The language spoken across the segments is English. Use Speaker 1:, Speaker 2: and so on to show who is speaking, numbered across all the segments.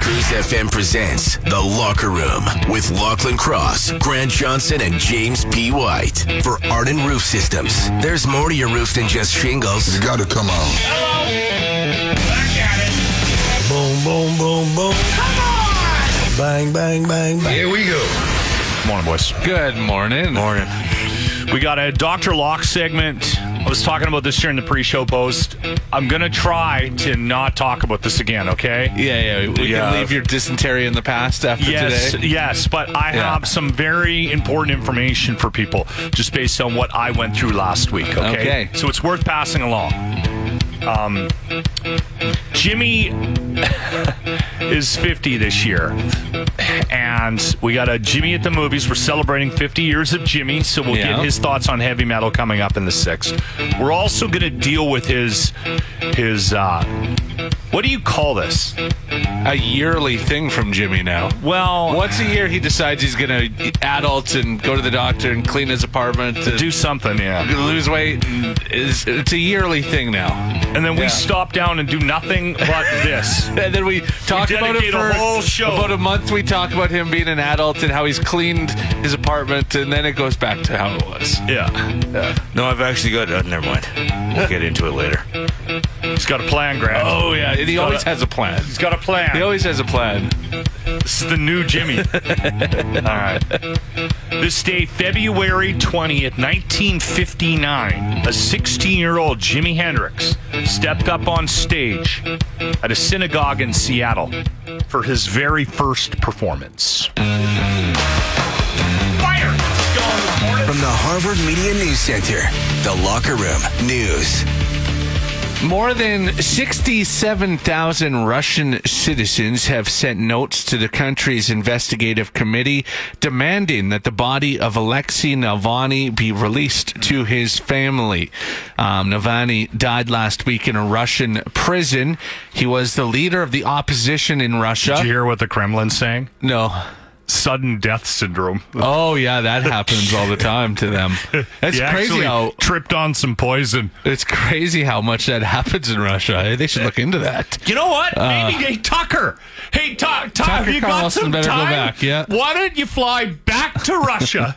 Speaker 1: Cruise FM presents The Locker Room with Lachlan Cross, Grant Johnson, and James P. White. For Arden Roof Systems, there's more to your roof than just shingles.
Speaker 2: You gotta come on.
Speaker 3: Boom, boom, boom, boom. Come on! Bang, bang, bang, bang.
Speaker 1: Here we go.
Speaker 4: Morning, boys.
Speaker 5: Good morning.
Speaker 4: Morning. We got a Dr. Lock segment. I was talking about this during the pre-show post. I'm gonna try to not talk about this again, okay?
Speaker 5: Yeah, yeah. We
Speaker 4: Yeah.
Speaker 5: can leave your dysentery in the past after
Speaker 4: Yes,
Speaker 5: today.
Speaker 4: yes, but I
Speaker 5: Yeah.
Speaker 4: have some very important information for people just based on what I went through last week, okay?
Speaker 5: Okay.
Speaker 4: So it's worth passing along. Um, Jimmy is 50 this year, and we got a Jimmy at the movies. We're celebrating 50 years of Jimmy, so we'll
Speaker 5: Yeah.
Speaker 4: get his thoughts on heavy metal coming up in the sixth. We're also going to deal with his his uh, what do you call this?
Speaker 5: A yearly thing from Jimmy now.
Speaker 4: Well,
Speaker 5: Once a year, he decides he's gonna eat adults and go to the doctor and clean his apartment. And
Speaker 4: do something, yeah.
Speaker 5: lose weight. And is it's a yearly thing now.
Speaker 4: and then we
Speaker 5: Yeah.
Speaker 4: stop down and do nothing but this.
Speaker 5: And then we talk
Speaker 4: We
Speaker 5: about it
Speaker 4: dedicate
Speaker 5: for
Speaker 4: a whole show.
Speaker 5: about a month. We talk about him being an adult and how he's cleaned his apartment, and then it goes back to how it was.
Speaker 4: Yeah,
Speaker 6: No, I've actually got. Uh, never mind. We'll get into it later.
Speaker 4: he's got a plan, Grant.
Speaker 5: Oh yeah, and he
Speaker 4: He's
Speaker 5: always
Speaker 4: got a-
Speaker 5: has a plan.
Speaker 4: he's got a plan.
Speaker 5: He always has a plan.
Speaker 4: This is the new Jimmy. All right. This day, February 20th, 1959, a 16 year old Jimi Hendrix stepped up on stage at a synagogue in Seattle for his very first performance. Fire! Let's go. Morning.
Speaker 1: From the Harvard Media News Center, The Locker Room News.
Speaker 5: More than 67,000 Russian citizens have sent notes to the country's investigative committee demanding that the body of Alexei Navalny be released to his family. Um, Navalny died last week in a Russian prison. He was the leader of the opposition in
Speaker 4: Did you
Speaker 5: Russia.
Speaker 4: hear what the Kremlin's saying?
Speaker 5: No.
Speaker 4: Sudden death syndrome.
Speaker 5: Oh, yeah, that happens all the time to them. That's crazy
Speaker 4: He actually
Speaker 5: how.
Speaker 4: tripped on some poison.
Speaker 5: It's crazy how much that happens in Russia. eh? They should look into that.
Speaker 4: You know what? Maybe hey Tucker. Hey Tuck, Tuck,
Speaker 5: Uh, Tucker
Speaker 4: you got
Speaker 5: Carlson
Speaker 4: some
Speaker 5: better go
Speaker 4: time?
Speaker 5: back, yeah.
Speaker 4: Why don't you fly back to Russia?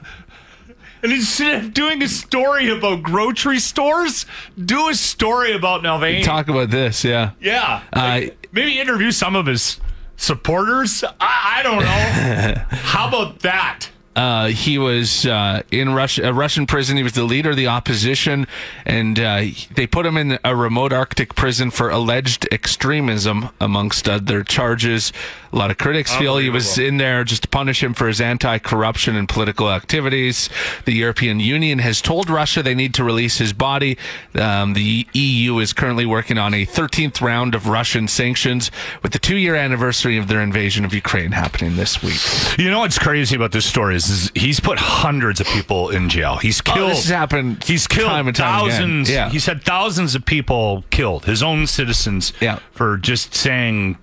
Speaker 4: and instead of doing a story about grocery stores, do a story about Nalvane.
Speaker 5: Talk about this, yeah.
Speaker 4: yeah.
Speaker 5: I-
Speaker 4: maybe interview some of his supporters. I, I don't know. How about that?
Speaker 5: Uh, he was uh, in Russia, a Russian prison. He was the leader of the opposition, and uh, they put him in a remote Arctic prison for alleged extremism, amongst other charges. A lot of critics feel he was in there just to punish him for his anti-corruption and political activities. The European Union has told Russia they need to release his body. Um, the EU is currently working on a 13th round of Russian sanctions, with the two-year anniversary of their invasion of Ukraine happening this week.
Speaker 4: You know what's crazy about this story is, is he's put hundreds of people in jail. He's killed.
Speaker 5: Oh, this has happened
Speaker 4: He's killed
Speaker 5: time and time again.
Speaker 4: thousands.
Speaker 5: Yeah.
Speaker 4: He's had thousands of people killed, his own citizens,
Speaker 5: Yeah.
Speaker 4: for just saying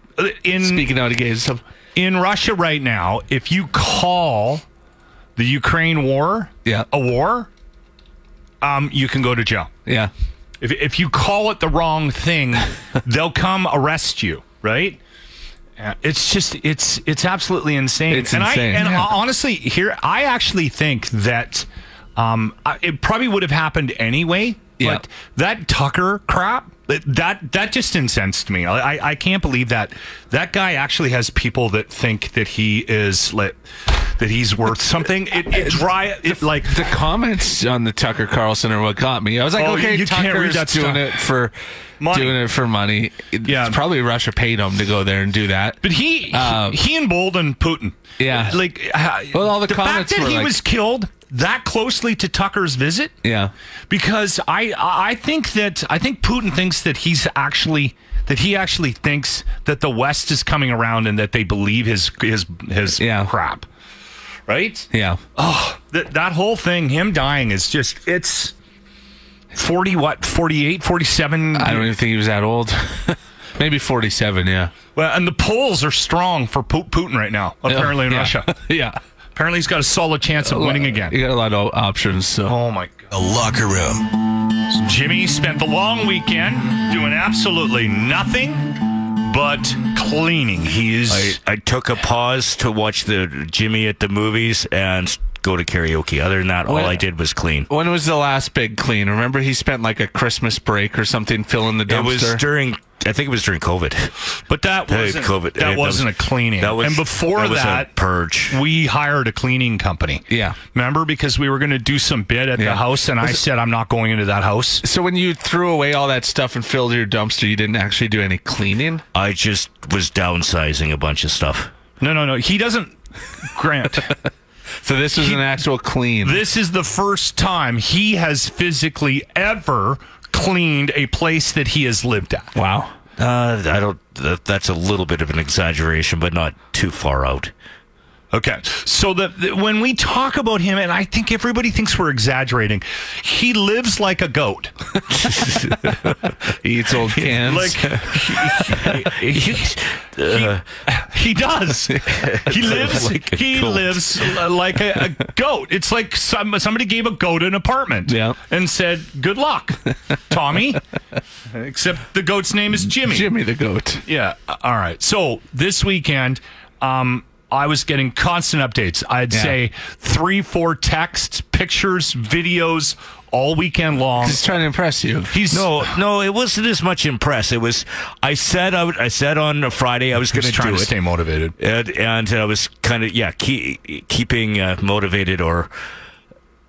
Speaker 4: in
Speaker 5: Speaking out against some
Speaker 4: in Russia right now. If you call the Ukraine war
Speaker 5: Yeah.
Speaker 4: a war, um, you can go to jail.
Speaker 5: Yeah.
Speaker 4: If, if you call it the wrong thing, they'll come arrest you, right? Uh, It's just it's it's absolutely insane.
Speaker 5: It's
Speaker 4: and
Speaker 5: insane.
Speaker 4: I and
Speaker 5: Yeah.
Speaker 4: uh, honestly, here I actually think that um, I, it probably would have happened anyway.
Speaker 5: Yeah.
Speaker 4: But that Tucker crap, that- that that just incensed me. I, I I can't believe that that guy actually has people that think that he is like that he's worth something. It, it dry it like
Speaker 5: The comments on the Tucker Carlson are what got me. I was like,
Speaker 4: Oh,
Speaker 5: okay,
Speaker 4: you- you can't
Speaker 5: Tucker's
Speaker 4: read that
Speaker 5: doing
Speaker 4: stuff.
Speaker 5: it for
Speaker 4: Money.
Speaker 5: doing it for money. It's
Speaker 4: Yeah.
Speaker 5: probably Russia paid him to go there and do that.
Speaker 4: But he,
Speaker 5: Um,
Speaker 4: he he emboldened Putin.
Speaker 5: Yeah.
Speaker 4: like uh,
Speaker 5: Well, all the
Speaker 4: fact
Speaker 5: comments
Speaker 4: that
Speaker 5: were
Speaker 4: he
Speaker 5: like-
Speaker 4: was killed that closely to Tucker's visit.
Speaker 5: yeah.
Speaker 4: because I I I think that I think Putin thinks that he's actually that he actually thinks that the West is coming around and that they believe his his his
Speaker 5: Yeah.
Speaker 4: crap. Right?
Speaker 5: Yeah.
Speaker 4: That that whole thing, him dying, is just it's forty what 48, 47
Speaker 5: I don't even think he was that old. Maybe 47, yeah.
Speaker 4: Well, and the polls are strong for Pu- Putin right now. Apparently in
Speaker 5: Yeah.
Speaker 4: Russia,
Speaker 5: yeah.
Speaker 4: apparently he's got a solid chance of winning
Speaker 5: You
Speaker 4: again.
Speaker 5: got a lot of options. So.
Speaker 4: Oh my god!
Speaker 1: The locker room.
Speaker 4: Jimmy spent the long weekend doing absolutely nothing but cleaning. He is.
Speaker 7: I, I took a pause to watch the Jimmy at the movies and go to karaoke. Other than that, all
Speaker 5: Well-
Speaker 7: I did was
Speaker 4: Oh.
Speaker 7: clean.
Speaker 5: When was the last big clean? Remember he spent like a Christmas break or something filling the dumpster?
Speaker 7: It was during. I think it was during COVID.
Speaker 4: But that
Speaker 7: Hey,
Speaker 4: wasn't
Speaker 7: COVID.
Speaker 4: that
Speaker 7: Hey, that
Speaker 4: wasn't
Speaker 7: was-
Speaker 4: a cleaning.
Speaker 7: that was-
Speaker 4: and before
Speaker 7: that
Speaker 4: that,
Speaker 7: was a purge.
Speaker 4: We hired a cleaning company.
Speaker 5: Yeah.
Speaker 4: remember because we were going to do some bid at the
Speaker 5: Yeah.
Speaker 4: house, and I said I'm not going into that house.
Speaker 5: so when you threw away all that stuff and filled your dumpster, you didn't actually do any cleaning?
Speaker 7: I just was downsizing a bunch of stuff.
Speaker 4: No, no, no. He doesn't. Grant,
Speaker 5: So this was an actual clean.
Speaker 4: this is the first time he has physically ever cleaned a place that he has lived at.
Speaker 5: wow.
Speaker 7: Uh, I don't. That, that's a little bit of an exaggeration, but not too far out.
Speaker 4: Okay. So that that when we talk about him, and I think everybody thinks we're exaggerating, he lives like a goat.
Speaker 5: He eats old cans.
Speaker 4: Like
Speaker 7: Uh,
Speaker 4: He does. He lives.
Speaker 7: Like a
Speaker 4: he
Speaker 7: goat.
Speaker 4: lives li- like a, a goat. It's like some, somebody gave a goat an apartment.
Speaker 5: Yeah.
Speaker 4: And said, "Good luck, Tommy." Except the goat's name is Jimmy.
Speaker 5: Jimmy the goat.
Speaker 4: Yeah. uh, All right. So this weekend, um, I was getting constant updates. I'd
Speaker 5: Yeah.
Speaker 4: say three, four texts, pictures, videos all weekend long.
Speaker 5: He's trying to impress you.
Speaker 4: He's
Speaker 7: no, no, it wasn't as much impress. It was. I said I, would, I said on a Friday I was going
Speaker 4: He's
Speaker 7: do
Speaker 4: trying to
Speaker 7: it.
Speaker 4: stay motivated.
Speaker 7: and, and I was kind of yeah keep, keeping uh, motivated or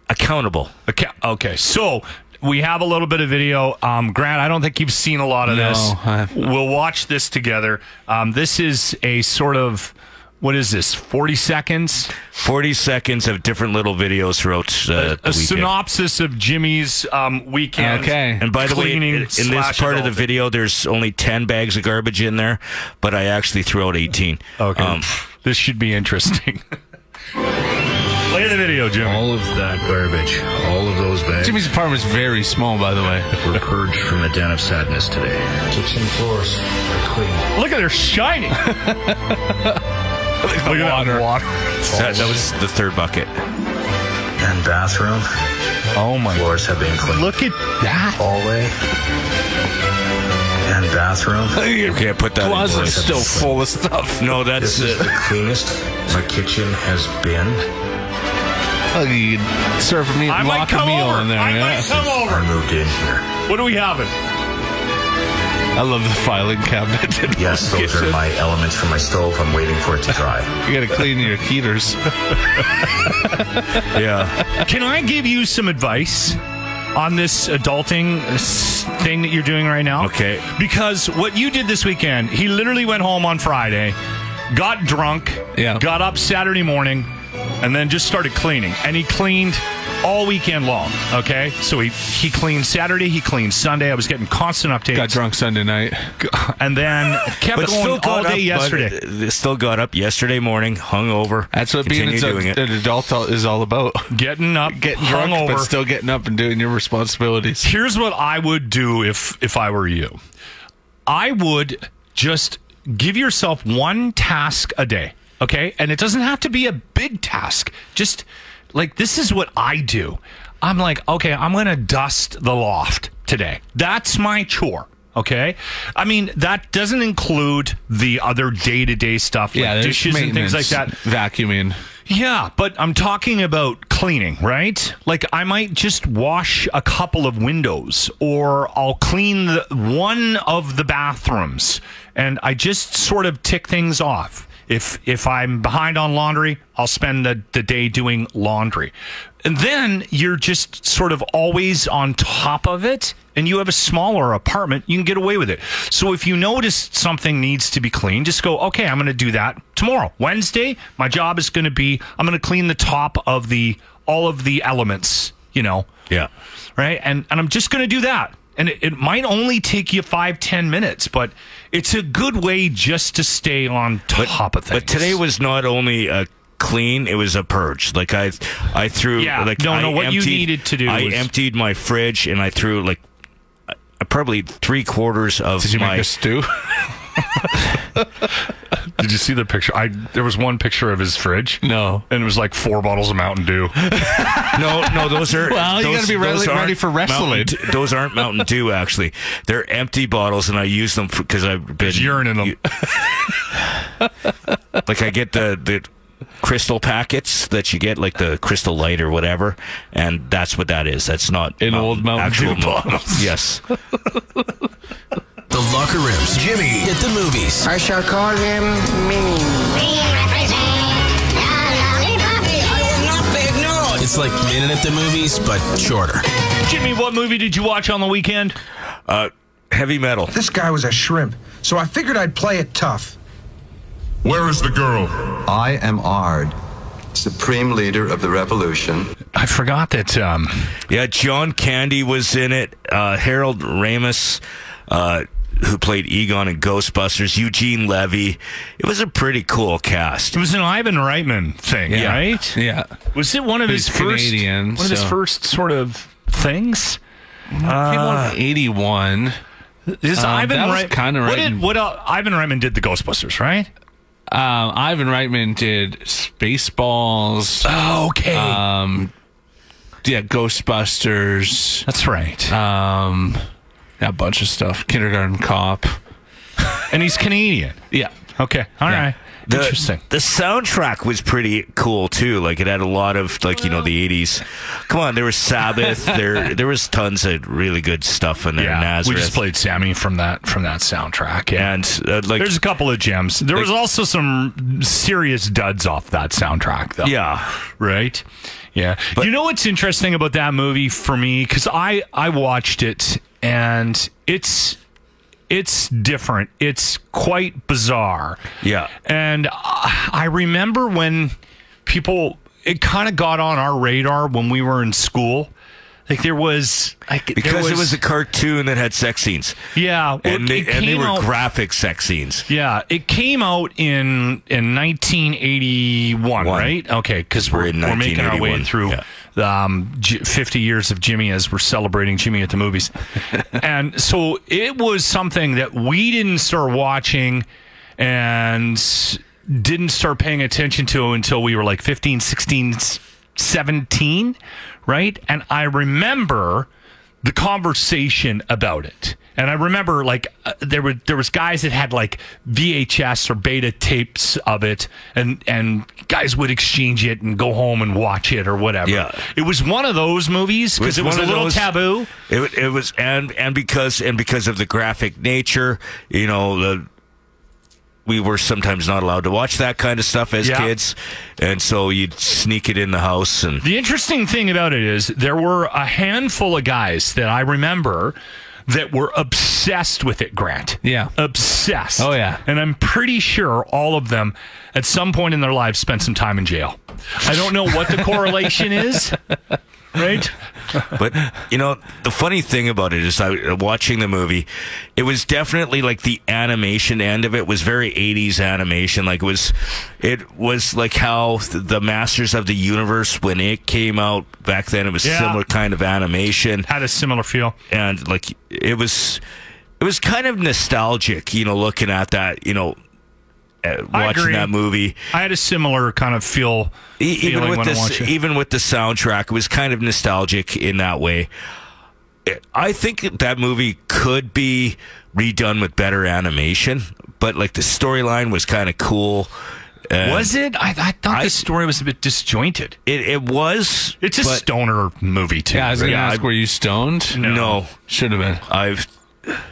Speaker 7: accountable.
Speaker 4: Okay. Okay. So we have a little bit of video. Um, Grant, I don't think you've seen a lot of
Speaker 5: No,
Speaker 4: this.
Speaker 5: I have
Speaker 4: We'll watch this together. Um, this is a sort of what is this? Forty seconds?
Speaker 7: Forty seconds of different little videos throughout uh, the
Speaker 4: A
Speaker 7: weekend.
Speaker 4: synopsis of Jimmy's um, weekend.
Speaker 5: Okay.
Speaker 7: and by the way, in,
Speaker 4: cleaning
Speaker 7: in this
Speaker 4: slash
Speaker 7: part of the
Speaker 4: adulting.
Speaker 7: video, there's only ten bags of garbage in there, but I actually threw out eighteen.
Speaker 4: Okay.
Speaker 7: Um,
Speaker 4: this should be interesting. Play the video, Jimmy.
Speaker 8: All of that garbage, all of those bags
Speaker 5: Jimmy's apartment's very small, by the way.
Speaker 8: were purged from the den of sadness today. Kitchen floors are clean.
Speaker 4: Look at her shining. Look at that water.
Speaker 7: that, that was the third bucket.
Speaker 8: And bathroom
Speaker 4: Oh my.
Speaker 8: floors have been cleaned.
Speaker 4: Look at that.
Speaker 8: Hallway and bathroom.
Speaker 7: Okay, I put that. in
Speaker 5: Closet's
Speaker 7: place.
Speaker 5: still full of stuff.
Speaker 7: No,
Speaker 8: This
Speaker 7: that's
Speaker 8: is
Speaker 7: uh,
Speaker 8: the cleanest my kitchen has been.
Speaker 5: Look, you could serve me
Speaker 4: I might
Speaker 5: lock a
Speaker 4: come
Speaker 5: meal
Speaker 4: over.
Speaker 5: in there.
Speaker 4: I
Speaker 5: yeah.
Speaker 4: might come
Speaker 8: I
Speaker 4: over.
Speaker 8: moved in here.
Speaker 4: What do we have? in?
Speaker 5: I love the filing cabinet.
Speaker 8: Yes, those are my elements for my stove. I'm waiting for it to dry.
Speaker 5: you gotta clean your heaters.
Speaker 7: yeah.
Speaker 4: Can I give you some advice on this adulting s- thing that you're doing right now?
Speaker 7: Okay.
Speaker 4: Because what you did this weekend, he literally went home on Friday, got drunk,
Speaker 5: Yeah.
Speaker 4: got up Saturday morning, and then just started cleaning. And he cleaned all weekend long. Okay. So he, he cleaned Saturday, he cleaned Sunday. I was getting constant updates.
Speaker 5: Got drunk Sunday night.
Speaker 4: And then kept
Speaker 7: But still
Speaker 4: going all
Speaker 7: got
Speaker 4: day
Speaker 7: up,
Speaker 4: yesterday.
Speaker 7: but, uh, still got up yesterday morning, hungover.
Speaker 5: That's what being
Speaker 7: Continue
Speaker 5: an,
Speaker 7: doing it.
Speaker 5: an adult is all about.
Speaker 4: getting up,
Speaker 5: Getting drunk,
Speaker 4: hungover.
Speaker 5: but still getting up and doing your responsibilities.
Speaker 4: Here's what I would do if if I were you. I would just give yourself one task a day, okay? And it doesn't have to be a big task. Just like this is what I do. I'm like, okay, I'm going to dust the loft today. That's my chore. Okay, I mean that doesn't include the other day-to-day stuff like
Speaker 5: there's
Speaker 4: dishes and things like
Speaker 5: maintenance,
Speaker 4: that.
Speaker 5: Vacuuming.
Speaker 4: Yeah, but I'm talking about cleaning, right? Like I might just wash a couple of windows or I'll clean the, one of the bathrooms and I just sort of tick things off. If if I'm behind on laundry, I'll spend the, the day doing laundry. And then you're just sort of always on top of it and you have a smaller apartment, you can get away with it. So if you notice something needs to be cleaned, just go, okay, I'm going to do that tomorrow. Wednesday, my job is going to be I'm going to clean the top of the all of the elements, you know,
Speaker 7: yeah.
Speaker 4: right? And and I'm just going to do that.
Speaker 7: and it, it might only take you five ten minutes, but it's a good way just to stay on top of things.
Speaker 8: But today was not only a clean; it was a purge. Like I, I threw.
Speaker 7: Yeah,
Speaker 8: Like
Speaker 7: no,
Speaker 8: I
Speaker 7: no, what you
Speaker 8: emptied,
Speaker 7: needed to do
Speaker 8: I
Speaker 7: was-
Speaker 8: emptied my fridge and I threw like uh, probably three quarters of
Speaker 5: Did you
Speaker 8: my.
Speaker 5: make a stew?
Speaker 7: Did you see the picture? I there was one picture of his fridge.
Speaker 5: No.
Speaker 7: and it was like four bottles of Mountain Dew.
Speaker 8: no, no, those are.
Speaker 5: Well, you
Speaker 8: those-
Speaker 5: gotta be
Speaker 8: those
Speaker 5: really
Speaker 8: aren't
Speaker 5: ready for
Speaker 8: Mountain
Speaker 5: wrestling.
Speaker 8: D- those aren't Mountain Dew. Actually, they're empty bottles, and I use them because I've been
Speaker 7: There's urine in them.
Speaker 8: like I get the the crystal packets that you get like the crystal light or whatever and that's what that is that's not
Speaker 5: An
Speaker 8: um,
Speaker 5: old Mountain
Speaker 8: actual
Speaker 5: Dew
Speaker 8: Mountain- yes
Speaker 1: The locker rooms. Jimmy at the movies.
Speaker 9: I shall call him Minnie.
Speaker 1: It's like Minute at the Movies, but shorter.
Speaker 7: Jimmy, what movie did you watch on the weekend?
Speaker 8: uh heavy metal
Speaker 10: This guy was a shrimp, so I figured I'd play it tough.
Speaker 11: Where is the girl?
Speaker 10: I am Ard, supreme leader of the revolution.
Speaker 7: I forgot that. Um,
Speaker 8: yeah john candy was in it uh harold ramis uh who played egon in ghostbusters eugene levy it was a pretty cool cast
Speaker 7: it was an Ivan Reitman thing,
Speaker 8: Yeah.
Speaker 7: right?
Speaker 5: yeah.
Speaker 7: Was it one of
Speaker 5: He's
Speaker 7: his first
Speaker 5: Canadian,
Speaker 7: one of his
Speaker 5: so-
Speaker 7: first sort of things?
Speaker 5: Came out in 81.
Speaker 7: Is
Speaker 5: Um,
Speaker 7: Ivan
Speaker 5: that was
Speaker 7: Reit-
Speaker 5: kinda
Speaker 7: What
Speaker 5: right
Speaker 7: did
Speaker 5: in-
Speaker 7: what uh, Ivan Reitman did the Ghostbusters, right?
Speaker 5: Um, Ivan Reitman did Spaceballs.
Speaker 7: Oh, okay,
Speaker 5: Um, yeah, Ghostbusters.
Speaker 7: that's right.
Speaker 5: Um, a bunch of stuff. Kindergarten Cop.
Speaker 7: and he's Canadian.
Speaker 5: Yeah.
Speaker 7: Okay, all right,
Speaker 8: the,
Speaker 7: interesting.
Speaker 8: The soundtrack was pretty cool too. Like it had a lot of like you know the eighties. Come on, there was Sabbath. there there was tons of really good stuff in there. Nazareth.
Speaker 7: we just played Sammy from that from that soundtrack. Yeah.
Speaker 8: and uh, like
Speaker 7: There's a couple of gems. There was also some serious duds off that soundtrack, though.
Speaker 8: yeah.
Speaker 7: Right? Yeah. you know what's interesting about that movie for me? Because I, I watched it and it's it's different. It's quite bizarre.
Speaker 8: Yeah.
Speaker 7: And uh, I I remember when people, it kind of got on our radar when we were in school. Like there was, like, there
Speaker 8: Because it was a cartoon that had sex scenes,
Speaker 7: yeah,
Speaker 8: and
Speaker 7: it-
Speaker 8: they,
Speaker 7: it
Speaker 8: and they
Speaker 7: came
Speaker 8: were
Speaker 7: out-
Speaker 8: graphic sex scenes.
Speaker 7: yeah, it came out in in 1981,
Speaker 8: One.
Speaker 7: right? Okay, because
Speaker 8: We're
Speaker 7: we're,
Speaker 8: in
Speaker 7: we're making our way
Speaker 8: 1981,
Speaker 7: through um, J- 50 years of Jimmy as we're celebrating Jimmy at the movies, and so it was something that we didn't start watching and didn't start paying attention to until we were like 15, 16, 17, right? And I remember the conversation about it. And I remember like uh, there were there was guys that had like VHS or beta tapes of it and and guys would exchange it and go home and watch it or whatever.
Speaker 8: Yeah.
Speaker 7: It was one of those movies because it was,
Speaker 8: one
Speaker 7: a
Speaker 8: of
Speaker 7: little
Speaker 8: those-
Speaker 7: taboo.
Speaker 8: It, wa- it was and and because and because of the graphic nature, you know the. We were sometimes not allowed to watch that kind of stuff as
Speaker 7: Yeah.
Speaker 8: kids, and so you'd sneak it in the house and
Speaker 7: The interesting thing about it is there were a handful of guys that I remember that were obsessed with it, Grant.
Speaker 5: Yeah.
Speaker 7: Obsessed.
Speaker 5: Oh, yeah.
Speaker 7: And I'm pretty sure all of them at some point in their lives spent some time in jail. I don't know what the correlation is. Right?
Speaker 8: But you know, the funny thing about it is, I watching the movie, it was definitely like the animation end of it was very '80s animation. Like it was, it was like how th- the Masters of the Universe when it came out back then, it was
Speaker 7: Yeah.
Speaker 8: similar kind of animation,
Speaker 7: Had a similar feel.
Speaker 8: and like it was, it was kind of nostalgic. You know, looking at that, you know, uh,
Speaker 7: I agree.
Speaker 8: watching that movie.
Speaker 7: I had a similar kind of feel
Speaker 8: E-
Speaker 7: feeling
Speaker 8: even with
Speaker 7: when I
Speaker 8: this,
Speaker 7: watched it.
Speaker 8: even with the soundtrack, it was kind of nostalgic in that way. It- I think that movie could be redone with better animation, but like the storyline was kind of cool. And
Speaker 7: was it? I, I thought
Speaker 8: I-
Speaker 7: the story was a bit disjointed.
Speaker 8: It, it was.
Speaker 7: It's a
Speaker 8: but
Speaker 7: stoner movie too.
Speaker 5: Yeah, I was going to
Speaker 7: right?
Speaker 5: ask, were you stoned?
Speaker 8: no.
Speaker 5: Should have been.
Speaker 8: I've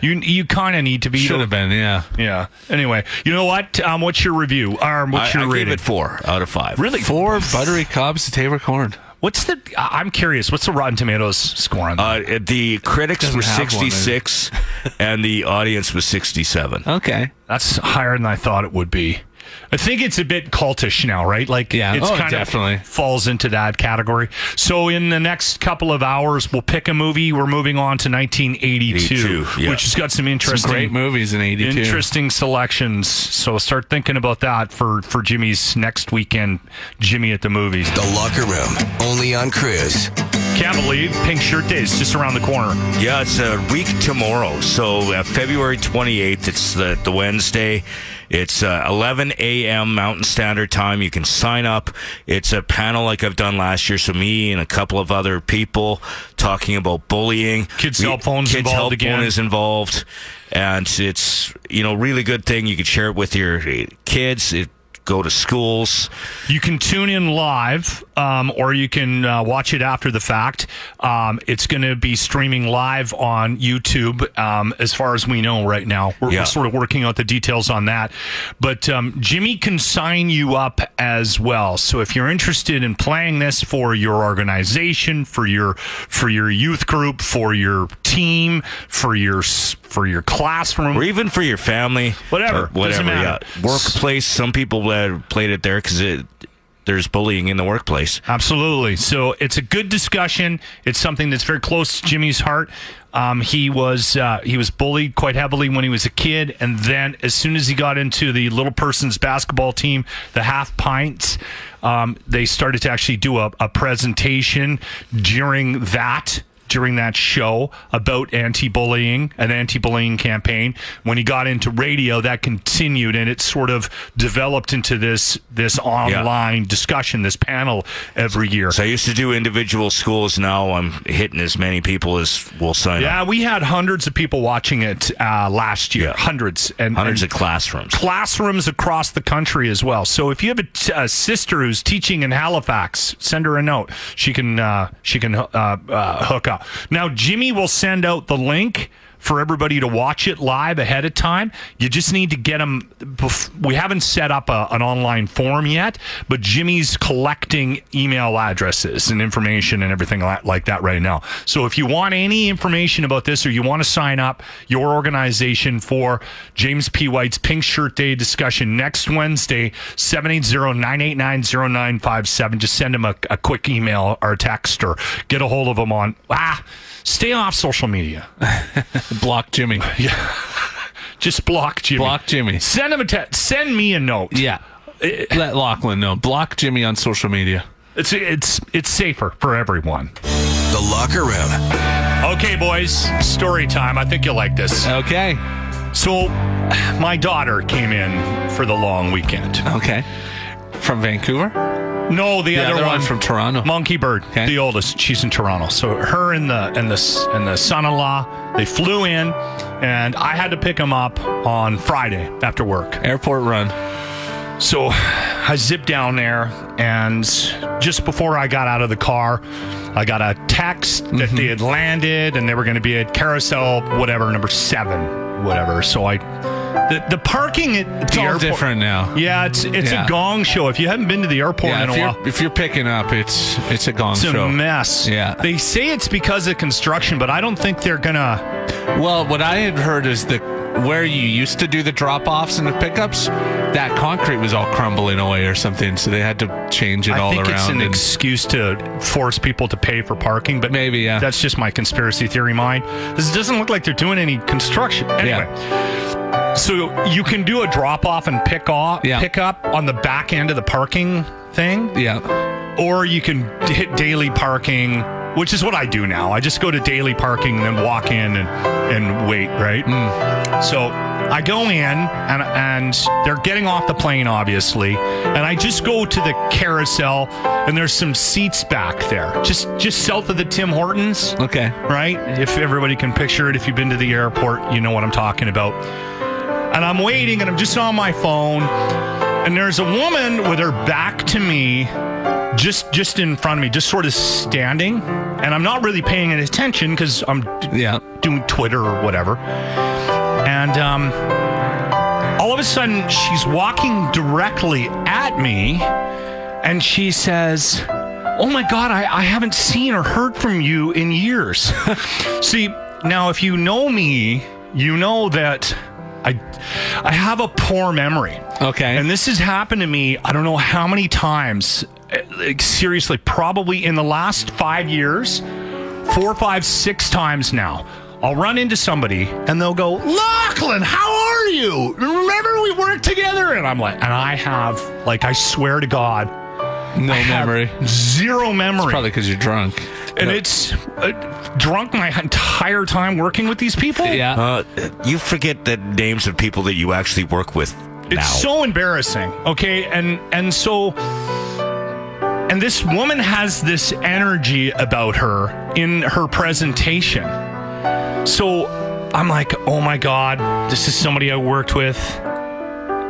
Speaker 7: you you kind of need to be.
Speaker 5: Should have been, yeah.
Speaker 7: Yeah. Anyway, you know what? Um, what's your review? Um,
Speaker 8: I,
Speaker 7: what's your
Speaker 8: I gave
Speaker 7: rating?
Speaker 8: it four out of five.
Speaker 7: really?
Speaker 5: Four buttery cobs to Tabor Corn.
Speaker 7: What's the? I- I'm curious. What's the Rotten Tomatoes score on that?
Speaker 8: Uh, it- the critics
Speaker 5: Doesn't
Speaker 8: were
Speaker 5: have one, does it?
Speaker 8: 66 and the audience was 67.
Speaker 5: Okay.
Speaker 7: That's higher than I thought it would be. I think it's a bit cultish now, right? Like,
Speaker 5: Yeah.
Speaker 7: it's
Speaker 5: Oh,
Speaker 7: kind
Speaker 5: definitely.
Speaker 7: of falls into that category. So, in the next couple of hours, we'll pick a movie. We're moving on to 1982,
Speaker 5: 82, yeah.
Speaker 7: which has got some interesting,
Speaker 5: Some great movies in 82.
Speaker 7: interesting selections. So, start thinking about that for for Jimmy's next weekend. Jimmy at the movies.
Speaker 1: The locker room, only on Cruise.
Speaker 7: Can't believe Pink Shirt Day is just around the corner.
Speaker 8: Yeah, it's a week tomorrow. So uh, February 28th, it's the, the Wednesday. It's uh, 11 a.m. Mountain Standard Time. You can sign up. It's a panel like I've done last year. So me and a couple of other people talking about bullying.
Speaker 7: Kids' cell phones
Speaker 8: Kids'
Speaker 7: involved
Speaker 8: help
Speaker 7: again.
Speaker 8: phone is involved, and it's you know really good thing. You can share it with your uh, kids. It go to schools.
Speaker 7: You can tune in live, um, or you can uh, watch it after the fact. Um, it's going to be streaming live on YouTube, um, as far as we know right now. We're,
Speaker 8: Yeah.
Speaker 7: we're sort of working out the details on that. But um, Jimmy can sign you up as well. So if you're interested in playing this for your organization, for your for your youth group, for your team, for your s- for your classroom,
Speaker 8: or even for your family,
Speaker 7: Whatever.
Speaker 8: or whatever.
Speaker 7: Doesn't matter.
Speaker 8: Yeah, workplace. Some people uh, played it there because it there's bullying in the workplace.
Speaker 7: Absolutely. So it's a good discussion. It's something that's very close to Jimmy's heart. Um, he was uh, he was bullied quite heavily when he was a kid, and then as soon as he got into the little person's basketball team, the half pints, um, they started to actually do a, a presentation during that during that show about anti-bullying, an anti-bullying campaign. When he got into radio, that continued and it sort of developed into this this online discussion, this panel every year.
Speaker 8: So I used to do individual schools. Now I'm hitting as many people as will sign up.
Speaker 7: Yeah, we had hundreds of people watching it uh, last year. Hundreds and
Speaker 8: Hundreds
Speaker 7: and
Speaker 8: of classrooms.
Speaker 7: classrooms across the country as well. So if you have a, t- a sister who's teaching in Halifax, send her a note. She can uh, she can uh, uh, hook up. Now Jimmy will send out the link for everybody to watch it live ahead of time. You just need to get them. Bef- we haven't set up a, an online form yet, but Jimmy's collecting email addresses and information and everything li- like that right now. So if you want any information about this or you want to sign up your organization for James P. White's Pink Shirt Day discussion next Wednesday, 780-989-0957, just send him a, a quick email or a text or get a hold of him on, ah, stay off social media.
Speaker 5: Block Jimmy.
Speaker 7: Yeah. Just block Jimmy.
Speaker 5: Block Jimmy.
Speaker 7: Send him a text. Send me a note.
Speaker 5: Yeah. Let Lachlan know. Block Jimmy on social media.
Speaker 7: It's it's it's safer for everyone.
Speaker 1: The locker room.
Speaker 7: Okay, boys, story time. I think you'll like this.
Speaker 5: Okay.
Speaker 7: So, my daughter came in for the long weekend.
Speaker 5: Okay. From Vancouver?
Speaker 7: No, the, other, one
Speaker 5: from Toronto.
Speaker 7: Monkey Bird, the oldest. She's in Toronto. So her and the and the and the son-in-law, they flew in, and I had to pick them up on Friday after work.
Speaker 5: Airport run.
Speaker 7: So I zipped down there, and just before I got out of the car, I got a text that
Speaker 5: Mm-hmm.
Speaker 7: they had landed and they were going to be at carousel, whatever, number seven, whatever. So I, the, the parking at
Speaker 5: It's
Speaker 7: the
Speaker 5: all
Speaker 7: airport.
Speaker 5: different now.
Speaker 7: Yeah, it's it's
Speaker 5: Yeah.
Speaker 7: a gong show. If you haven't been to the airport
Speaker 5: Yeah,
Speaker 7: in
Speaker 5: if
Speaker 7: a
Speaker 5: you're,
Speaker 7: while,
Speaker 5: if you're picking up, it's it's a gong
Speaker 7: it's
Speaker 5: show.
Speaker 7: a mess.
Speaker 5: Yeah.
Speaker 7: They say it's because of construction, but I don't think they're gonna.
Speaker 5: Well, what I had heard is that where you used to do the drop offs and the pickups, that concrete was all crumbling away or something, so they had to change it
Speaker 7: I
Speaker 5: all
Speaker 7: think
Speaker 5: around.
Speaker 7: it's an
Speaker 5: and-
Speaker 7: excuse to force people to pay for parking, but
Speaker 5: maybe, yeah.
Speaker 7: that's just my conspiracy theory mind. This doesn't look like they're doing any construction. Anyway, so you can do a drop off and pick off,
Speaker 5: Yeah.
Speaker 7: pick up on the back end of the parking thing,
Speaker 5: yeah.
Speaker 7: or you can d- hit daily parking, which is what I do now. I just go to daily parking and then walk in and, and wait, right? Mm. So I go in and and they're getting off the plane, obviously, and I just go to the carousel and there's some seats back there, just just south of the Tim Hortons
Speaker 5: Okay.
Speaker 7: right? If everybody can picture it, if you've been to the airport, you know what I'm talking about. And I'm waiting and I'm just on my phone, and there's a woman with her back to me, just just in front of me, just sort of standing, and I'm not really paying any attention because I'm d-
Speaker 5: Yeah.
Speaker 7: doing Twitter or whatever. And um, all of a sudden, she's walking directly at me and she says, Oh my God, I, I haven't seen or heard from you in years. See, now if you know me, you know that I I have a poor memory.
Speaker 5: Okay.
Speaker 7: And this has happened to me I don't know how many times. eh, Like seriously, probably in the last five years, four, five, six times now. I'll run into somebody and they'll go, Lachlan, how are you? Remember we worked together? And I'm like, and I have, like, I swear to God,
Speaker 5: No
Speaker 7: I have
Speaker 5: memory.
Speaker 7: Zero memory.
Speaker 5: It's probably because you're drunk.
Speaker 7: and it's uh, drunk my entire time working with these people.
Speaker 5: Yeah.
Speaker 8: Uh, you forget the names of people that you actually work with now.
Speaker 7: It's so embarrassing. Okay, and and so and this woman has this energy about her in her presentation. So I'm like, oh my god, this is somebody I worked with.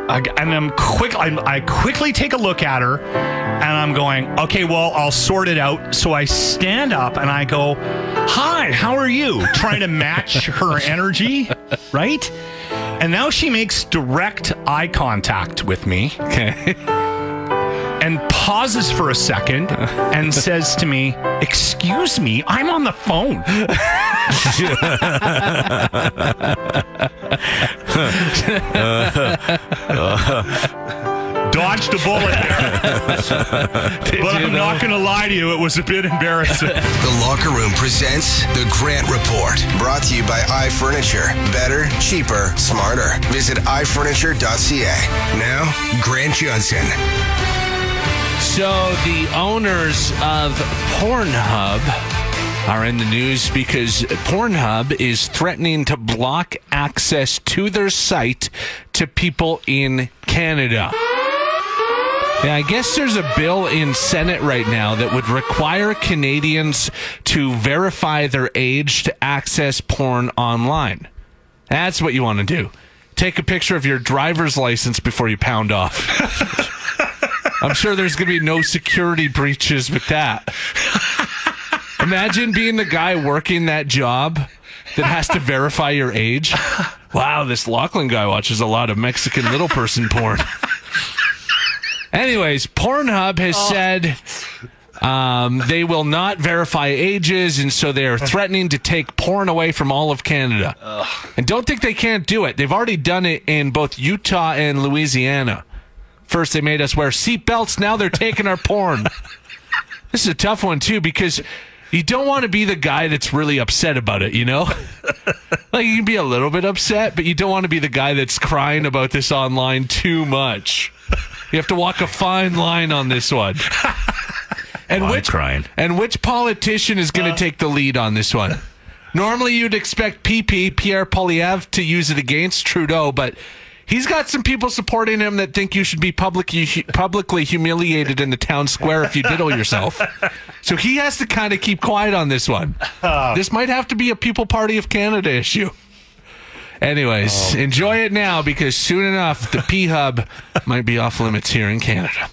Speaker 7: I, and I'm quick. I'm, I quickly take a look at her, and I'm going, okay, well, I'll sort it out. So I stand up and I go, hi, how are you? Trying to match her energy, right? And now she makes direct eye contact with me.
Speaker 5: Okay.
Speaker 7: and pauses for a second and says to me, Excuse me, I'm on the phone. Dodged a bullet there. but
Speaker 1: you
Speaker 7: I'm not going to lie to you, it was a bit embarrassing.
Speaker 1: The Locker Room presents The Grant Report, brought to you by iFurniture. Better, cheaper, smarter. Visit iFurniture.ca. Now, Grant Johnson.
Speaker 5: So the owners of Pornhub are in the news because Pornhub is threatening to block access to their site to people in Canada. Yeah, I guess there's a bill in Senate right now that would require Canadians to verify their age to access porn online. That's what you want to do. Take a picture of your driver's license before you pound off. I'm sure there's going to be no security breaches with that. Imagine being the guy working that job that has to verify your age. Wow, this Lachlan guy watches a lot of Mexican little person porn. Anyways, Pornhub has said um, they will not verify ages, and so they are threatening to take porn away from all of Canada. And don't think they can't do it. They've already done it in both Utah and Louisiana. First, they made us wear seatbelts. Now they're taking our porn. This is a tough one too because you don't want to be the guy that's really upset about it. You know, like you can be a little bit upset, but you don't want to be the guy that's crying about this online too much. You have to walk a fine line on this one. And
Speaker 8: Oh, I'm
Speaker 5: which
Speaker 8: crying. Uh.
Speaker 5: and which politician is going to take the lead on this one? Normally, you'd expect PP Pierre Polyev to use it against Trudeau, but he's got some people supporting him that think you should be publicly publicly humiliated in the town square if you diddle yourself. So he has to kind of keep quiet on this one.
Speaker 8: Uh.
Speaker 5: This might have to be a People Party of Canada issue. Anyways,
Speaker 7: Oh,
Speaker 5: enjoy it now because soon enough the P Hub might be off limits here in Canada.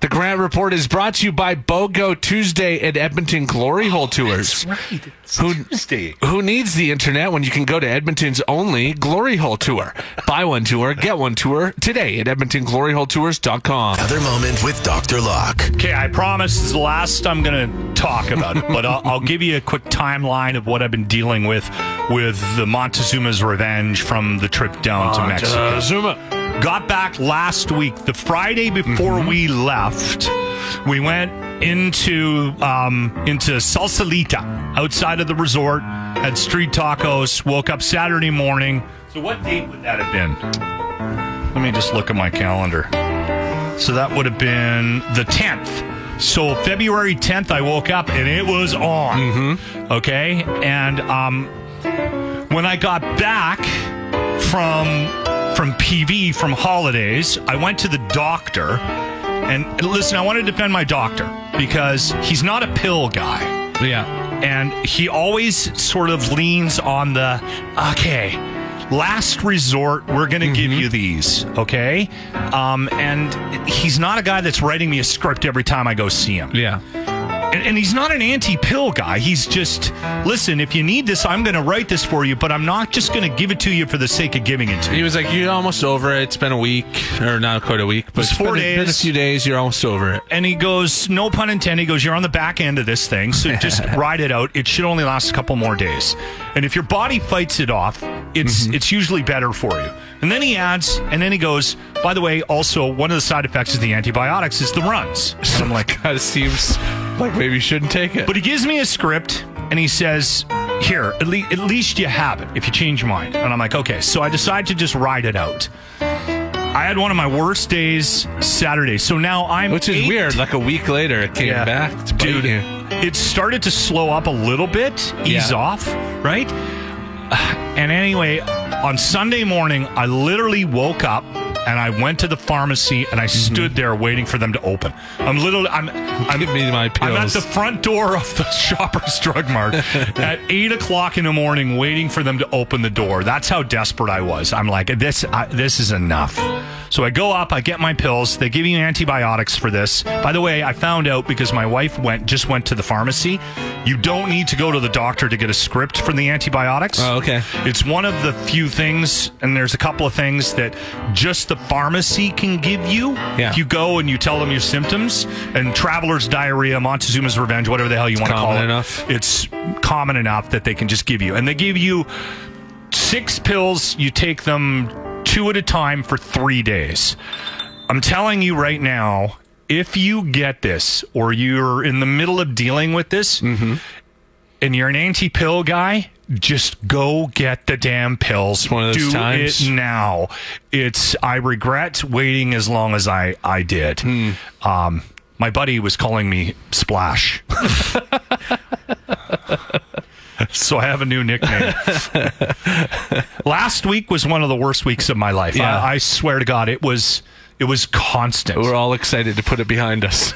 Speaker 5: The Grant Report is brought to you by BOGO Tuesday at Edmonton Glory Hole Tours.
Speaker 7: right. It's
Speaker 5: Who-
Speaker 7: Tuesday.
Speaker 5: Who needs the internet when you can go to Edmonton's only Glory Hole Tour? Buy one tour, get one tour today at edmonton.gloryholetours.com.
Speaker 1: Another moment with Dr. Locke.
Speaker 7: Okay, I promise this is the last I'm going to talk about it, but I'll, I'll give you a quick timeline of what I've been dealing with with the Montezuma's revenge from the trip down to Mexico.
Speaker 5: Uh,
Speaker 7: Got back last week, the Friday before we left. We went into um, into Salsalita outside of the resort, had street tacos, woke up Saturday morning. So what date would that have been? Let me just look at my calendar. So that would have been the 10th. So February 10th, I woke up and it was on. Mm-hmm. Okay. And um, when I got back from from PV from holidays, I went to the doctor. And listen, I want to defend my doctor because he's not a pill guy
Speaker 5: Yeah.
Speaker 7: and he always sort of leans on the okay last resort we're gonna give you these okay um, and he's not a guy that's writing me a script every time i go see him
Speaker 5: Yeah.
Speaker 7: and, and he's not an anti-pill guy he's just listen if you need this i'm gonna write this for you but i'm not just gonna give it to you for the sake of giving it to you
Speaker 5: He was like, You're almost over it. It's been a week, or not quite a week, but
Speaker 7: It's four
Speaker 5: been, a- been a
Speaker 7: days.
Speaker 5: few days. You're almost over it.
Speaker 7: and he goes, no pun intended, he goes, you're on the back end of this thing, so just ride it out. It should only
Speaker 5: Mm-hmm.
Speaker 7: last a couple more days. And if your body fights it off, it's it's usually better for you. And then he adds, and then he goes, by the way, also one of the side effects of the antibiotics is the runs. And I'm like,
Speaker 5: that seems like maybe you shouldn't take it.
Speaker 7: But he gives me a script and he says, here, at, le- at least you have it if you change your mind. And I'm like, okay. So I decide to just ride it out. I had one of my worst days Saturday. So now I'm.
Speaker 5: Which is
Speaker 7: eight-
Speaker 5: weird. Like a week later, it came
Speaker 7: Yeah.
Speaker 5: back. To bite
Speaker 7: Dude,
Speaker 5: you.
Speaker 7: it started to slow up a little bit, ease
Speaker 5: Yeah.
Speaker 7: off, right? And anyway, on Sunday morning, I literally woke up and I went to the pharmacy and I
Speaker 5: Mm-hmm.
Speaker 7: stood there waiting for them to open. I'm literally, I'm, I'm,
Speaker 5: Give me my
Speaker 7: I'm at
Speaker 5: pills.
Speaker 7: the front door of the Shoppers Drug Mart at eight o'clock in the morning, waiting for them to open the door. That's how desperate I was. I'm like, this, I, this is enough. So I go up, I get my pills. They give you antibiotics for this. By the way, I found out because my wife went just went to the pharmacy. You don't need to go to the doctor to get a script for the antibiotics.
Speaker 5: Oh, okay.
Speaker 7: It's one of the few things, and there's a couple of things that just the pharmacy can give you.
Speaker 5: Yeah.
Speaker 7: If you go and you tell them your symptoms, and traveler's diarrhea, Montezuma's revenge, whatever the hell you want to call
Speaker 5: common
Speaker 7: it,
Speaker 5: enough.
Speaker 7: it's common enough that they can just give you. And they give you six pills, you take them two at a time for three days. I'm telling you right now, if you get this or you're in the middle of dealing with this,
Speaker 5: Mm-hmm.
Speaker 7: and you're an anti pill guy, just go get the damn pills.
Speaker 5: one of those
Speaker 7: Do
Speaker 5: times.
Speaker 7: it now. It's I regret waiting as long as I I did.
Speaker 5: Hmm.
Speaker 7: Um, my buddy was calling me Splash. So I have a new nickname. Last week was one of the worst weeks of my life.
Speaker 5: Yeah.
Speaker 7: I, I swear to God, it was it was constant.
Speaker 5: We're all excited to put it behind us.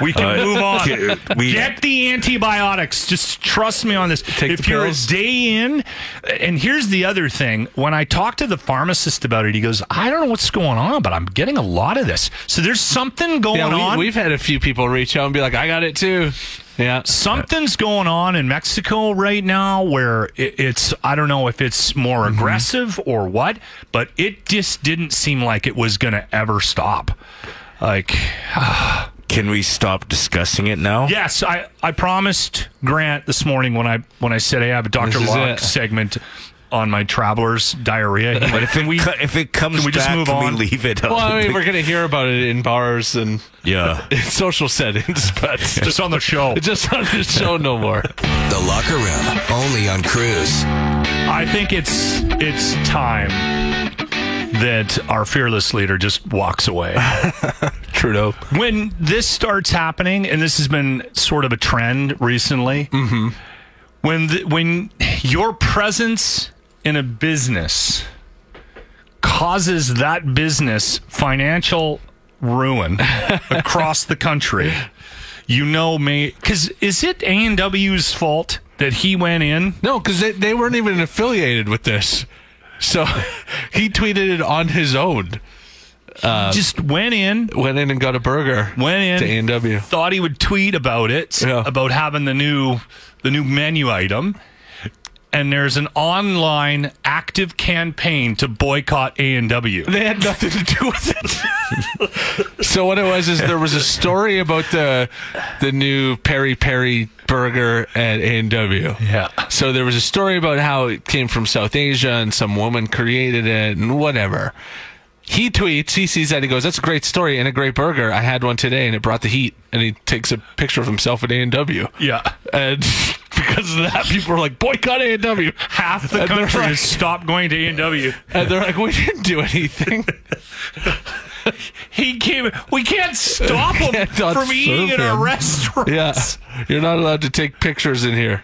Speaker 7: We can
Speaker 8: Uh,
Speaker 7: move on.
Speaker 8: okay, we-
Speaker 7: Get the antibiotics. Just trust me on this.
Speaker 5: Take
Speaker 7: if
Speaker 5: the
Speaker 7: you're a
Speaker 5: pills.
Speaker 7: day in, and here's the other thing. When I talked to the pharmacist about it, he goes, I don't know what's going on, but I'm getting a lot of this. So there's something going
Speaker 5: yeah,
Speaker 7: on.
Speaker 5: we, we've had a few people reach out and be like, "I got it too." Yeah,
Speaker 7: Something's going on in Mexico right now where it, it's, I don't know if it's more
Speaker 5: Mm-hmm.
Speaker 7: aggressive or what, but it just didn't seem like it was going to ever stop. Like,
Speaker 8: Can we stop discussing it now?
Speaker 7: Yes, I, I promised Grant this morning when I when I said I have a Dr.
Speaker 5: This is
Speaker 7: Locke
Speaker 5: it.
Speaker 7: segment on traveler's diarrhea. He
Speaker 8: But
Speaker 7: went,
Speaker 8: if it,
Speaker 7: "Can we
Speaker 8: co- if it comes
Speaker 7: can we just
Speaker 8: back,
Speaker 7: move
Speaker 8: can
Speaker 7: on?"
Speaker 8: we leave it?
Speaker 5: Well, I mean,
Speaker 8: on?
Speaker 5: we're gonna hear about it in bars and
Speaker 8: yeah.
Speaker 5: in social settings, but
Speaker 7: just on the show.
Speaker 5: just on the show no more.
Speaker 1: The Locker Room, only on Cruise.
Speaker 7: I think it's it's time that our fearless leader just walks away.
Speaker 5: Trudeau.
Speaker 7: when this starts happening, and this has been sort of a trend recently,
Speaker 5: Mm-hmm.
Speaker 7: when the, when your presence in a business causes that business financial ruin across the country, you know, may because is it A and W's fault that he went in?
Speaker 5: No, because they, they weren't even affiliated with this. So he tweeted it on his own.
Speaker 7: just went in,
Speaker 5: Went in and got a burger.
Speaker 7: went in,
Speaker 5: Uh, to A and W.
Speaker 7: thought he would tweet about it
Speaker 5: Yeah.
Speaker 7: about having the new the new menu item and there's an online active campaign to boycott A&W.
Speaker 5: They had nothing to do with it. so what it was is there was a story about the the new Peri Peri burger at A and W.
Speaker 7: Yeah.
Speaker 5: So there was a story about how it came from South Asia and some woman created it and whatever. He tweets, he sees that, he goes, "That's a great story and a great burger. I had one today and it brought the heat." And he takes a picture of himself at A and W.
Speaker 7: Yeah.
Speaker 5: And because of that, people were like, "Boycott A and W."
Speaker 7: Half the
Speaker 5: And they're
Speaker 7: country
Speaker 5: like-
Speaker 7: has stopped going to A&W.
Speaker 5: And they're like, "We didn't do anything."
Speaker 7: He came we can't stop him
Speaker 5: Can't not
Speaker 7: from eating
Speaker 5: serve
Speaker 7: in our
Speaker 5: him.
Speaker 7: restaurants.
Speaker 5: Yeah, you're not allowed to take pictures in here.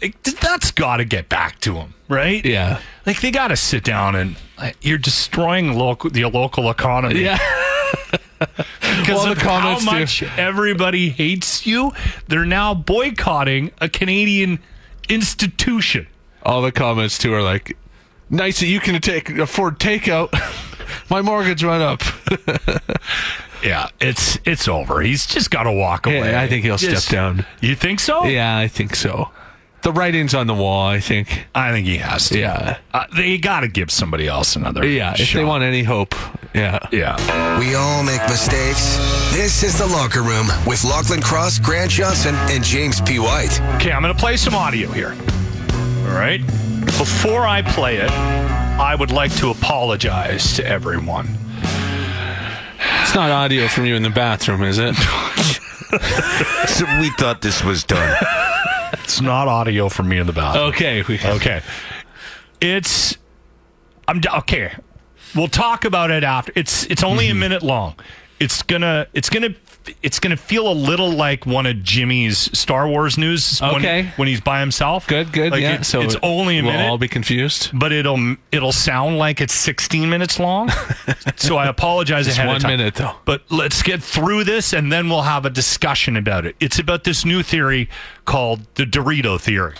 Speaker 7: Like, that's got to get back to him, right?
Speaker 5: Yeah.
Speaker 7: Like they got to sit down and like, you're destroying local the local economy.
Speaker 5: Yeah.
Speaker 7: because
Speaker 5: Well,
Speaker 7: of
Speaker 5: the comments
Speaker 7: how
Speaker 5: do.
Speaker 7: much everybody hates you, they're now boycotting a Canadian institution.
Speaker 5: All the comments too are like, "Nice that you can take afford takeout." My mortgage went up.
Speaker 7: Yeah, it's it's over. He's just got to walk away.
Speaker 5: Oh, I think he'll
Speaker 7: Just-
Speaker 5: step down.
Speaker 7: You think so?
Speaker 5: Yeah, I think so. The writing's on the wall. I think.
Speaker 7: I think he has to.
Speaker 5: Yeah.
Speaker 7: uh, they got to give somebody else another.
Speaker 5: Yeah, if they
Speaker 7: shot.
Speaker 5: want any hope. Yeah.
Speaker 7: Yeah,
Speaker 1: We all make mistakes. This is The Locker Room with Lachlan Cross, Grant Johnson, and James P. White.
Speaker 7: okay. I'm gonna play some audio here. All right. Before I play it, I would like to apologize to everyone.
Speaker 5: It's not audio from you in the bathroom, is it?
Speaker 8: so we thought this was done.
Speaker 7: It's not audio from me in the bathroom.
Speaker 5: Okay. We,
Speaker 7: Okay. It's I'm d- okay. We'll talk about it after. It's it's only
Speaker 5: Mm-hmm.
Speaker 7: a minute long. It's gonna it's gonna it's gonna feel a little like one of Jimmy's Star Wars news when,
Speaker 5: Okay.
Speaker 7: when he's by himself.
Speaker 5: Good, good.
Speaker 7: Like,
Speaker 5: yeah.
Speaker 7: it-
Speaker 5: so
Speaker 7: it's only a
Speaker 5: we'll
Speaker 7: minute,
Speaker 5: all be confused.
Speaker 7: but it'll it'll sound like it's 16 minutes long. so I apologize
Speaker 5: It's
Speaker 7: ahead
Speaker 5: one
Speaker 7: of time.
Speaker 5: minute, though.
Speaker 7: But let's get through this and then we'll have a discussion about it. It's about this new theory called the Dorito theory.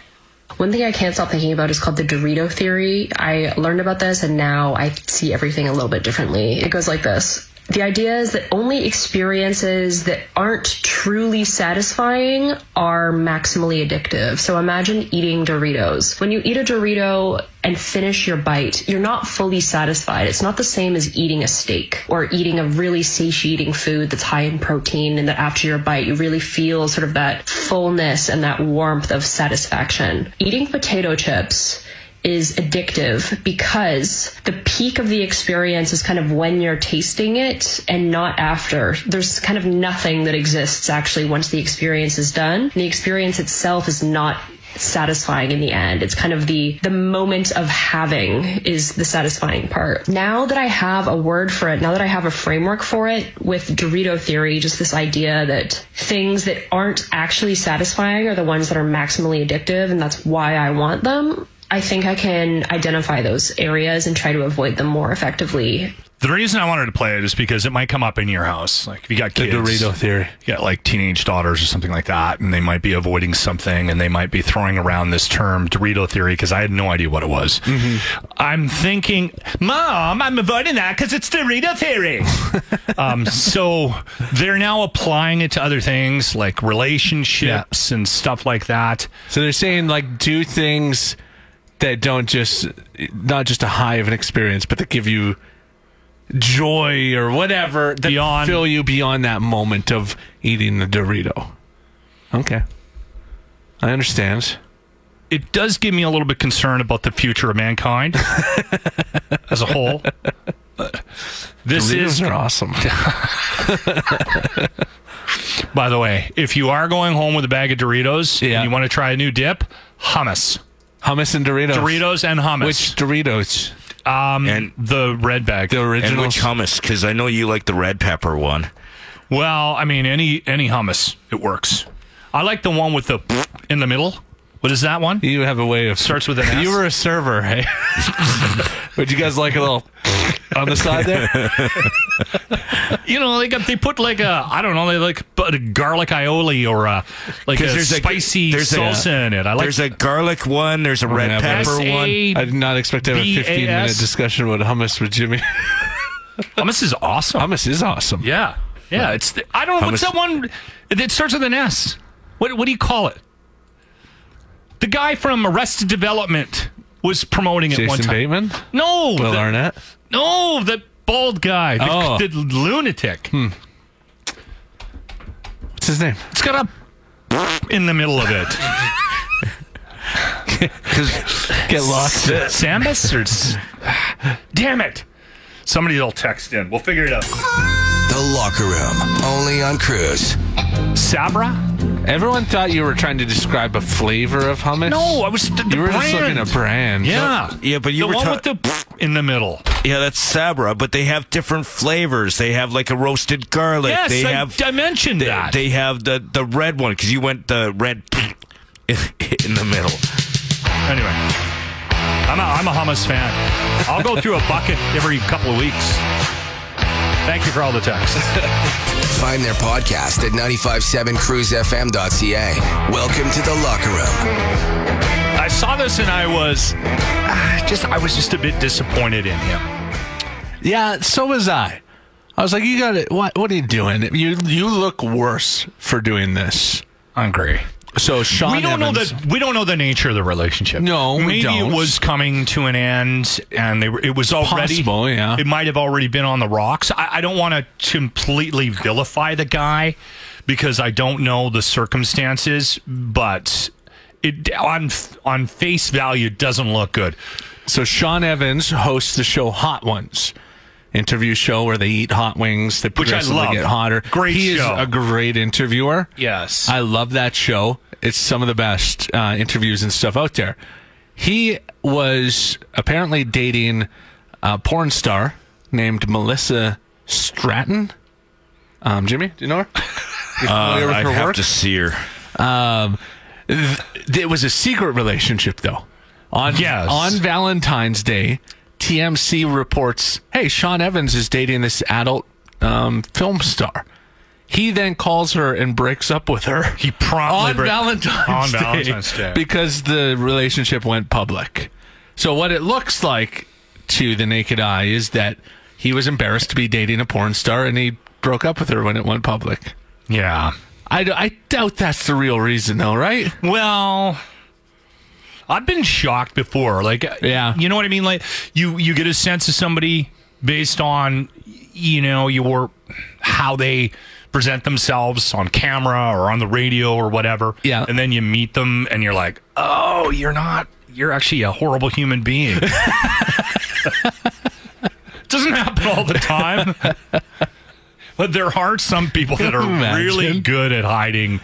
Speaker 4: One thing I can't stop thinking about is called the Dorito theory. I learned about this and now I see everything a little bit differently. It goes like this. The idea is that only experiences that aren't truly satisfying are maximally addictive. So imagine eating Doritos. When you eat a Dorito and finish your bite, you're not fully satisfied. It's not the same as eating a steak or eating a really satiating food that's high in protein and that after your bite you really feel sort of that fullness and that warmth of satisfaction. Eating potato chips is addictive because the peak of the experience is kind of when you're tasting it and not after. There's kind of nothing that exists actually once the experience is done. And the experience itself is not satisfying in the end. It's kind of the the moment of having is the satisfying part. Now that I have a word for it, now that I have a framework for it with Dorito theory, just this idea that things that aren't actually satisfying are the ones that are maximally addictive and that's why I want them. I think I can identify those areas and try to avoid them more effectively.
Speaker 7: The reason I wanted to play it is because it might come up in your house. Like if you got
Speaker 5: The
Speaker 7: kids,
Speaker 5: Dorito theory.
Speaker 7: you got like teenage daughters or something like that, and they might be avoiding something, and they might be throwing around this term Dorito theory because I had no idea what it was.
Speaker 5: Mm-hmm.
Speaker 7: I'm thinking, Mom, I'm avoiding that because it's Dorito theory. um, so they're now applying it to other things like relationships and stuff like that.
Speaker 5: So they're saying like do things that don't just not just a high of an experience, but that give you joy or whatever that
Speaker 7: Beyond-
Speaker 5: fill you beyond that moment of eating the Dorito. Okay, I understand.
Speaker 7: it does give me a little bit concerned about the future of mankind as a whole. This
Speaker 5: Doritos
Speaker 7: is,
Speaker 5: are awesome.
Speaker 7: by the way, if you are going home with a bag of Doritos
Speaker 5: Yeah.
Speaker 7: and you want to try a new dip, hummus,
Speaker 5: Hummus and Doritos.
Speaker 7: Doritos and hummus,
Speaker 5: Which Doritos?
Speaker 8: and
Speaker 7: the red bag.
Speaker 5: The
Speaker 8: and
Speaker 5: original.
Speaker 8: which hummus? Because I know you like the red pepper one.
Speaker 7: well, I mean, any any hummus, it works. I like the one with the in the middle. What is that one?
Speaker 5: you have a way of
Speaker 7: Starts with an S.
Speaker 5: You were a server, hey? Would you guys like a little on the side there?
Speaker 7: You know, they got they put like a I don't know, they like put a garlic aioli or a like a
Speaker 8: there's a-
Speaker 7: spicy
Speaker 8: there's a-
Speaker 7: salsa in it. I like
Speaker 8: There's a garlic one. There's a red
Speaker 5: gonna have
Speaker 8: pepper
Speaker 7: S.A.
Speaker 8: one.
Speaker 5: I did not expect to have a 15 minute
Speaker 7: B.A.S..
Speaker 5: discussion about hummus with Jimmy.
Speaker 7: hummus is awesome.
Speaker 5: hummus is awesome.
Speaker 7: Yeah, yeah. It's the, I don't know what's that
Speaker 8: Hummus.
Speaker 7: one. It starts with an S. What what do you call it? The guy from Arrested Development was promoting it one
Speaker 5: Jason
Speaker 7: time.
Speaker 5: Bateman,
Speaker 7: No,
Speaker 5: Will
Speaker 7: the,
Speaker 5: Arnett.
Speaker 7: no, the bald guy, the,
Speaker 5: Oh.
Speaker 7: the lunatic.
Speaker 5: What's his name?
Speaker 7: It's got a in the middle of it.
Speaker 5: Get lost.
Speaker 7: Sambus or s- damn it. Somebody'll text in. We'll figure it out.
Speaker 1: The Locker Room, only on Cruise.
Speaker 7: Sabra?
Speaker 5: Everyone thought you were trying to describe a flavor of hummus.
Speaker 7: No, I was. The, the
Speaker 5: you were just
Speaker 7: brand.
Speaker 5: looking at brand.
Speaker 7: Yeah,
Speaker 8: Yeah, but you
Speaker 7: the
Speaker 8: were
Speaker 7: one
Speaker 8: ta-
Speaker 7: with the in the middle.
Speaker 8: Yeah, that's Sabra, but they have different flavors. They have like a roasted garlic.
Speaker 7: yes,
Speaker 8: they
Speaker 7: I,
Speaker 8: have
Speaker 7: I mentioned
Speaker 8: they,
Speaker 7: that.
Speaker 8: they have the the red one because you went the red in the middle.
Speaker 7: Anyway, I'm a, I'm a hummus fan. I'll go through a bucket every couple of weeks. Thank you for all the texts.
Speaker 1: Find their podcast at 957cruisefm.ca. Welcome to The Locker Room.
Speaker 7: I saw this and I was ah, just I was just a bit disappointed in him.
Speaker 5: yeah. So was I. I was like, you got it. What? What are you doing? You you look worse for doing this.
Speaker 7: I agree.
Speaker 5: So Sean,
Speaker 7: We don't know
Speaker 5: Evans-
Speaker 7: the we don't know the nature of the relationship.
Speaker 5: No, we
Speaker 7: maybe
Speaker 5: don't.
Speaker 7: it was coming to an end, and they were, it was already
Speaker 5: possible, yeah.
Speaker 7: It might have already been on the rocks. I, I don't want to completely vilify the guy because I don't know the circumstances, but it on on face value it doesn't look good.
Speaker 5: So Sean Evans hosts the show Hot Ones. Interview show where they eat hot wings. They
Speaker 7: Which I
Speaker 5: progressively
Speaker 7: love.
Speaker 5: get hotter.
Speaker 7: Great
Speaker 5: he
Speaker 7: show.
Speaker 5: is a great interviewer.
Speaker 7: Yes.
Speaker 5: I love that show. It's some of the best uh, interviews and stuff out there. He was apparently dating a porn star named Melissa Stratton. Um, Jimmy, do you know her? You familiar
Speaker 8: Uh,
Speaker 5: with
Speaker 8: I'd
Speaker 5: her
Speaker 8: have
Speaker 5: work?
Speaker 8: to see her.
Speaker 5: Um, th- it was a secret relationship, though. On
Speaker 7: Yes.
Speaker 5: on Valentine's Day, TMC reports, "Hey, Sean Evans is dating this adult um, film star." He then calls her and breaks up with her.
Speaker 7: He promptly
Speaker 5: on
Speaker 7: break-
Speaker 5: Valentine's
Speaker 7: On
Speaker 5: Day
Speaker 7: Valentine's Day.
Speaker 5: because the relationship went public. So what it looks like to the naked eye is that he was embarrassed to be dating a porn star and he broke up with her when it went public.
Speaker 7: Yeah.
Speaker 5: I, d- I doubt that's the real reason, though, right?
Speaker 7: Well, I've been shocked before. Like, yeah, you know what I mean. Like, you you get a sense of somebody based on you know your how they present themselves on camera or on the radio or whatever. Yeah, and then you meet them and you're like, oh, you're not. You're actually a horrible human being. Doesn't happen all the time. But there are some people that are
Speaker 5: Imagine.
Speaker 7: really good at hiding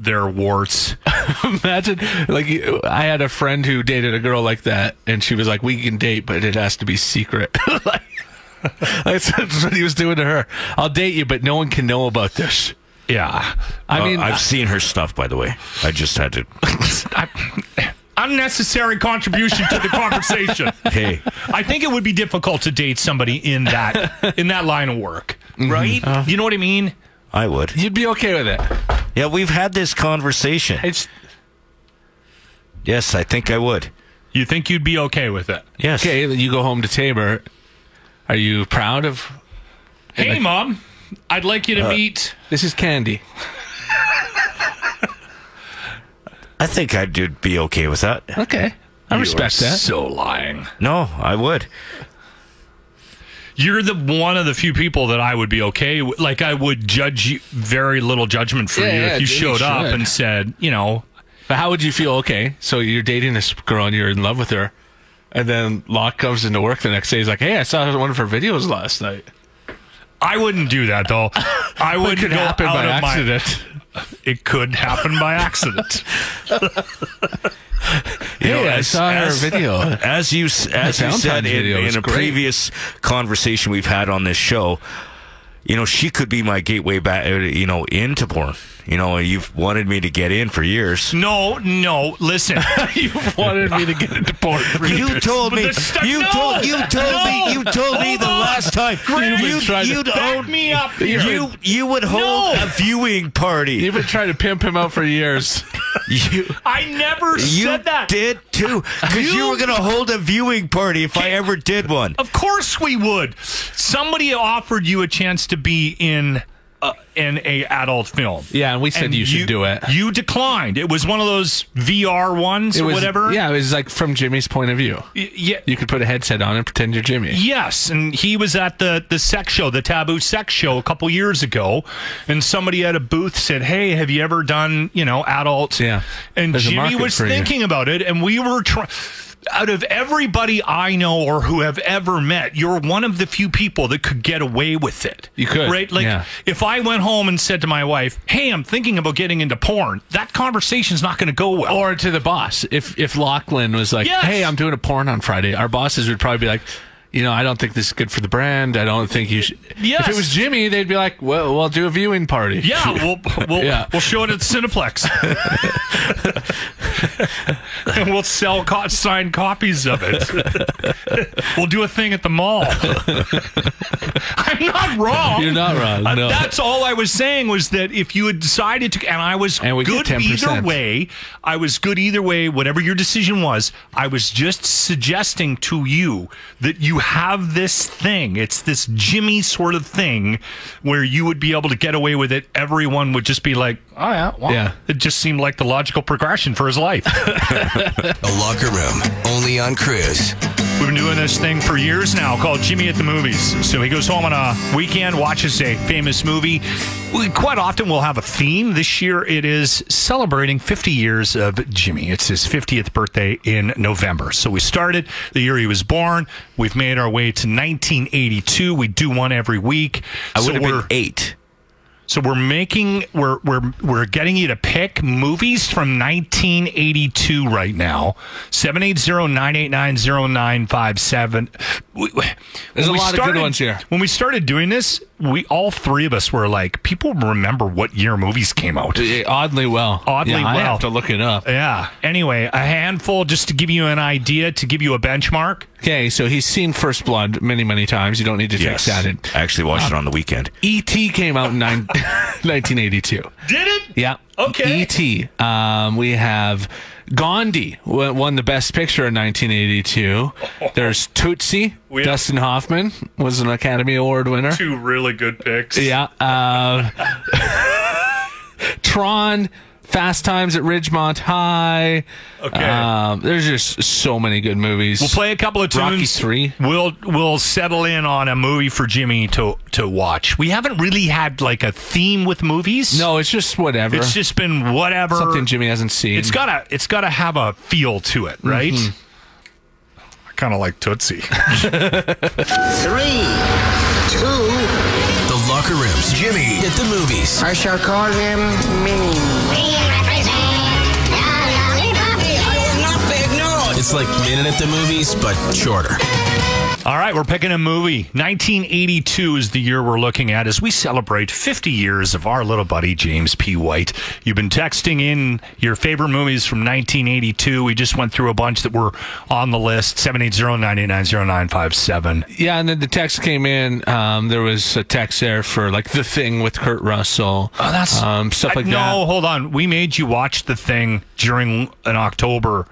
Speaker 7: their warts.
Speaker 5: Imagine, like, you- I had a friend who dated a girl like that, and she was like, "We can date, but it has to be secret." like, that's, that's what he was doing to her. I'll date you, but no one can know about this.
Speaker 7: Yeah,
Speaker 5: I
Speaker 8: Uh,
Speaker 5: mean,
Speaker 8: I've seen her stuff, by the way. I just had to.
Speaker 7: unnecessary contribution to the conversation.
Speaker 8: Hey.
Speaker 7: I think it would be difficult to date somebody in that in that line of work,
Speaker 5: Mm-hmm.
Speaker 7: right?
Speaker 5: Uh-huh.
Speaker 7: you know what I mean?
Speaker 8: I would.
Speaker 5: You'd be okay with it.
Speaker 8: Yeah, we've had this conversation.
Speaker 5: It's
Speaker 8: Yes, I think I would.
Speaker 7: You think you'd be okay with it?
Speaker 8: Yes.
Speaker 5: Okay, you go home to Tabor. Are you proud of?
Speaker 7: Hey,
Speaker 5: Like-
Speaker 7: mom, I'd like you to
Speaker 5: Uh,
Speaker 7: meet.
Speaker 5: This is candy.
Speaker 8: I think I'd do- be okay with that.
Speaker 5: Okay, I
Speaker 7: You
Speaker 5: respect
Speaker 7: are
Speaker 5: that.
Speaker 7: So lying.
Speaker 8: No, I would.
Speaker 7: You're the one of the few people that I would be okay with. Like I would judge you very little judgment for
Speaker 5: Yeah,
Speaker 7: you
Speaker 5: yeah,
Speaker 7: if you
Speaker 5: Jamie
Speaker 7: showed up
Speaker 5: should.
Speaker 7: and said, you know,
Speaker 5: But how would you feel? Okay, so you're dating this girl and you're in love with her, and then Locke comes into work the next day. He's like, "Hey, I saw one of her videos last night."
Speaker 7: I wouldn't do that though. I wouldn't
Speaker 5: could
Speaker 7: go
Speaker 5: happen
Speaker 7: out
Speaker 5: by
Speaker 7: of my-
Speaker 5: accident.
Speaker 7: it could happen by accident.
Speaker 8: You
Speaker 5: Hey, I saw her video.
Speaker 8: As you s- as you
Speaker 5: Valentine's
Speaker 8: said in,
Speaker 5: video
Speaker 8: in
Speaker 5: was
Speaker 8: a
Speaker 5: great.
Speaker 8: previous conversation we've had on this show, you know, she could be my gateway back, uh, you know, into porn. You know, you've wanted me to get in for years.
Speaker 7: No, no. Listen,
Speaker 5: you wanted me to get into porn.
Speaker 8: You told me. You told. You told me. You told me the last time.
Speaker 7: Grant,
Speaker 8: you,
Speaker 5: tried to
Speaker 8: you'd
Speaker 7: back
Speaker 8: own-
Speaker 7: me up here.
Speaker 8: You you would hold
Speaker 7: No.
Speaker 8: a viewing party.
Speaker 5: You've been trying to pimp him out for years.
Speaker 8: You
Speaker 7: I never
Speaker 8: you
Speaker 7: said that.
Speaker 8: did too, because you were going to hold a viewing party if I ever did one.
Speaker 7: Of course we would. Somebody offered you a chance to be in uh, in a adult film.
Speaker 5: Yeah, and we said
Speaker 7: And
Speaker 5: you should do it.
Speaker 7: You declined. It was one of those VR ones
Speaker 5: It
Speaker 7: or
Speaker 5: was
Speaker 7: whatever.
Speaker 5: Yeah, it was like from Jimmy's point of view.
Speaker 7: Y- yeah.
Speaker 5: You could put a headset on and pretend you're Jimmy.
Speaker 7: Yes, and he was at the the sex show, the taboo sex show, a couple years ago, and somebody at a booth said, "Hey, have you ever done you know adult?"
Speaker 5: Yeah.
Speaker 7: and
Speaker 5: There's a
Speaker 7: Jimmy
Speaker 5: market
Speaker 7: was
Speaker 5: for you.
Speaker 7: thinking about it, and we were trying. Out of everybody I know or who have ever met, you're one of the few people that could get away with it.
Speaker 5: You could,
Speaker 7: right? Like,
Speaker 5: yeah.
Speaker 7: if I went home and said to my wife, "Hey, I'm thinking about getting into porn," that conversation's not going to go well.
Speaker 5: Or to the boss. If if Lachlan was like,
Speaker 7: Yes.
Speaker 5: Hey, I'm doing a porn on Friday, our bosses would probably be like, you know, I don't think this is good for the brand. I don't think you should
Speaker 7: Yes.
Speaker 5: If it was Jimmy, they'd be like, Well we'll do a viewing party.
Speaker 7: Yeah, we'll we'll,
Speaker 5: Yeah.
Speaker 7: we'll show it at Cineplex, and we'll sell co- signed copies of it. we'll do a thing at the mall. I'm not wrong.
Speaker 5: You're not wrong,
Speaker 7: Uh,
Speaker 5: no.
Speaker 7: That's all I was saying was that if you had decided to, and I was
Speaker 5: And we get
Speaker 7: good either
Speaker 5: 10%.
Speaker 7: way. I was good either way. Whatever your decision was, I was just suggesting to you that you have this thing. It's this Jimmy sort of thing where you would be able to get away with it. Everyone would just be like, "Oh yeah, well,
Speaker 5: Yeah.
Speaker 7: It just seemed like the logical progression for his life.
Speaker 1: The Locker Room, only on Cruise.
Speaker 7: We've been doing this thing for years now called Jimmy at the Movies. So he goes home on a weekend, watches a famous movie. We quite often will have a theme. This year it is celebrating 50 years of Jimmy. It's his 50th birthday in November. So we started the year he was born. We've made our way to 1982. We do one every week.
Speaker 8: I would have been
Speaker 7: eight. So we're making we're we're we're getting you to pick movies from 1982 right now. 780-989-0957. We- we-
Speaker 5: There's
Speaker 7: when
Speaker 5: a
Speaker 7: we
Speaker 5: lot of good ones here.
Speaker 7: When we started doing this, we all three of us were like, people remember what year movies came out.
Speaker 5: Eh, Oddly well.
Speaker 7: Oddly
Speaker 5: Yeah, I
Speaker 7: well.
Speaker 5: have to look it up.
Speaker 7: Yeah. Anyway, a handful just to give you an idea, to give you a benchmark.
Speaker 5: Okay, so he's seen First Blood many, many times. You don't need to
Speaker 8: Yes.
Speaker 5: fix that in.
Speaker 8: I actually watched it on the weekend.
Speaker 5: E.T. came out in nine, 1982.
Speaker 7: Did it?
Speaker 5: Yeah. Okay. E.T. Um, we have Gandhi w- won the Best Picture in 1982. There's Tootsie.
Speaker 7: We-
Speaker 5: Dustin Hoffman was an Academy Award winner.
Speaker 7: Two really good picks.
Speaker 5: Yeah. Uh, Tron, Fast Times at Ridgemont High.
Speaker 7: Okay.
Speaker 5: Um, there's just so many good movies.
Speaker 7: We'll play a couple of tunes.
Speaker 5: Rocky three.
Speaker 7: We'll we'll settle in on a movie for Jimmy to to watch. We haven't really had like a theme with movies.
Speaker 5: No, it's just whatever.
Speaker 7: It's just been whatever.
Speaker 5: something Jimmy hasn't seen.
Speaker 7: It's gotta it's gotta have a feel to it, right?
Speaker 5: Mm-hmm.
Speaker 7: I kind of like Tootsie.
Speaker 9: Three, two.
Speaker 1: The Locker Room's Jimmy at the Movies.
Speaker 9: I shall call him Minnie.
Speaker 1: It's like Minute at the Movies, but shorter.
Speaker 7: All right, we're picking a movie. 1982 is the year we're looking at as we celebrate 50 years of our little buddy James P. White. You've been texting in your favorite movies from 1982. We just went through a bunch that were on the list 780-989-0957.
Speaker 5: Yeah, and then the text came in. Um, there was a text there for like the thing with Kurt Russell. Oh,
Speaker 7: that's-
Speaker 5: um, stuff
Speaker 7: I-
Speaker 5: like
Speaker 7: No, hold on. We made you watch the thing during an October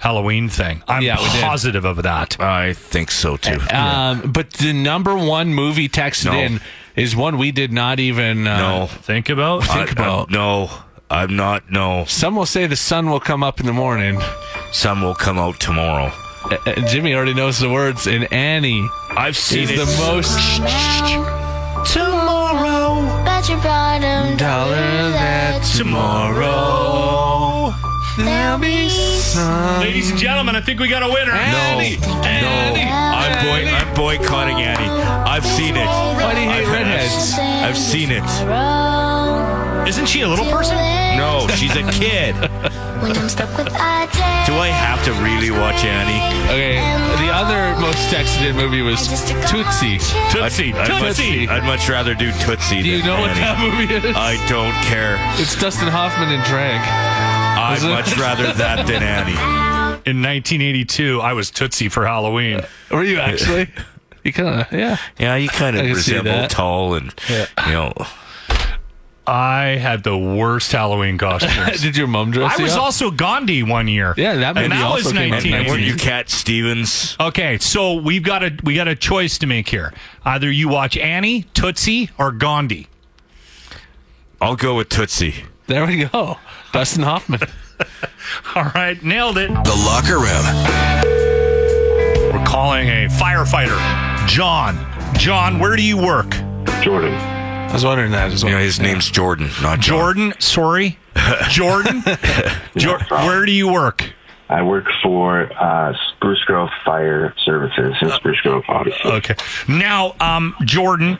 Speaker 7: Halloween thing. I'm
Speaker 5: Yeah, we did.
Speaker 7: positive of that.
Speaker 8: I think so too.
Speaker 5: that. Um, But the number one movie texted
Speaker 8: No.
Speaker 5: in is one we did not even. Uh,
Speaker 8: no,
Speaker 7: Think about
Speaker 8: I-
Speaker 5: think
Speaker 8: I-
Speaker 5: about.
Speaker 8: Um, no, I'm not. No,
Speaker 5: Some will say the sun will come up in the morning.
Speaker 8: some will come out tomorrow.
Speaker 5: Uh, uh, Jimmy already knows the words, and Annie
Speaker 8: I've
Speaker 5: is
Speaker 8: seen it.
Speaker 5: the most
Speaker 12: Tomorrow. Bet your bottom
Speaker 5: dollar that tomorrow there'll be sun.
Speaker 7: Ladies and gentlemen, I think we got a winner.
Speaker 5: Annie,
Speaker 8: no,
Speaker 5: Annie,
Speaker 8: I'm, boy-
Speaker 5: Annie.
Speaker 8: I'm boycotting Annie. I've seen it.
Speaker 5: Why do you hate
Speaker 8: I've- I've-
Speaker 5: redheads?
Speaker 8: I've seen it.
Speaker 12: tomorrow.
Speaker 7: Isn't she a little person?
Speaker 8: No, she's a kid.
Speaker 12: When I'm stuck with a day.
Speaker 8: Do I have to really watch Annie?
Speaker 5: Okay, the other most texted in movie was Tootsie.
Speaker 7: Tootsie.
Speaker 8: I'd, I'd
Speaker 7: Tootsie.
Speaker 8: Much, I'd much rather do Tootsie.
Speaker 5: Do you
Speaker 8: than
Speaker 5: know what
Speaker 8: Annie.
Speaker 5: that movie is?
Speaker 8: I don't care.
Speaker 5: It's Dustin Hoffman in drag.
Speaker 8: I'd
Speaker 5: Is it-
Speaker 8: much rather that than Annie.
Speaker 7: In 1982, I was Tootsie for Halloween.
Speaker 5: Were you actually? You kind of, yeah.
Speaker 8: Yeah, you kind
Speaker 5: I
Speaker 8: of
Speaker 5: can see
Speaker 8: resemble
Speaker 5: that.
Speaker 8: tall and you know.
Speaker 7: I had the worst Halloween costumes.
Speaker 5: Did your mom dress
Speaker 7: I
Speaker 5: you
Speaker 7: was
Speaker 5: up?
Speaker 7: also Gandhi one year.
Speaker 5: Yeah, that movie
Speaker 7: and that
Speaker 5: also
Speaker 7: was
Speaker 5: came out in
Speaker 8: And, and
Speaker 7: 1982.
Speaker 8: weren't you Cat Stevens?
Speaker 7: Okay, so we've got a we got a choice to make here. Either you watch Annie, Tootsie, or Gandhi.
Speaker 8: I'll go with Tootsie.
Speaker 5: There we go. Dustin Hoffman.
Speaker 7: All right, nailed it.
Speaker 1: The Locker Room.
Speaker 7: We're calling a firefighter, John. John, where do you work?
Speaker 5: I was wondering that as well.
Speaker 8: You know, his name's Jordan, not John.
Speaker 7: Jordan. Sorry, Jordan. Jor- where do you work?
Speaker 13: I work for uh, Spruce Grove Fire Services
Speaker 7: Uh,
Speaker 13: in Spruce Grove, obviously.
Speaker 7: Okay. Now, um, Jordan,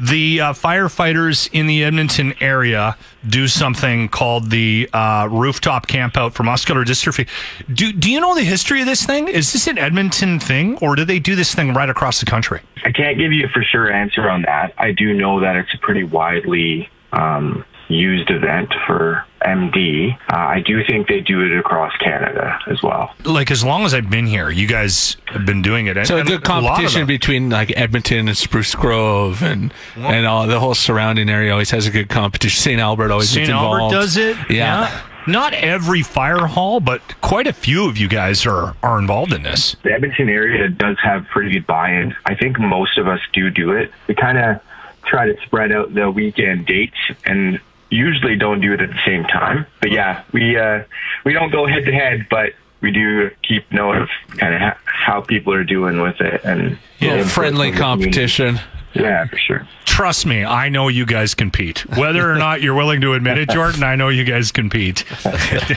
Speaker 7: the uh, firefighters in the Edmonton area do something called the uh, rooftop campout for muscular dystrophy. Do Do you know the history of this thing? Is this an Edmonton thing, or do they do this thing right across the country?
Speaker 13: I can't give you a for sure answer on that. I do know that it's a pretty widely um, used event for MD. Uh, I do think they do it across Canada as well.
Speaker 7: Like as long as I've been here, you guys have been doing it.
Speaker 5: So a
Speaker 7: And
Speaker 5: good
Speaker 7: lot of
Speaker 5: competition
Speaker 7: them.
Speaker 5: between like Edmonton and Spruce Grove and and all the whole surrounding area always has a good competition. St. Albert always
Speaker 7: St.
Speaker 5: gets
Speaker 7: Albert
Speaker 5: involved.
Speaker 7: does it.
Speaker 5: Yeah.
Speaker 7: Not every fire hall, but quite a few of you guys are are involved in this.
Speaker 13: The Edmonton area does have pretty good buy-in. I think most of us do do it. We kind of try to spread out the weekend dates and usually don't do it at the same time. But yeah, we uh, we don't go head to head, but we do keep note of kind of ha- how people are doing with it and
Speaker 5: Yeah,
Speaker 13: and
Speaker 5: friendly
Speaker 13: from the community.
Speaker 5: competition.
Speaker 13: Yeah, for sure.
Speaker 7: Trust me, I know you guys compete. Whether or not you're willing to admit it, Jordan, I know you guys compete.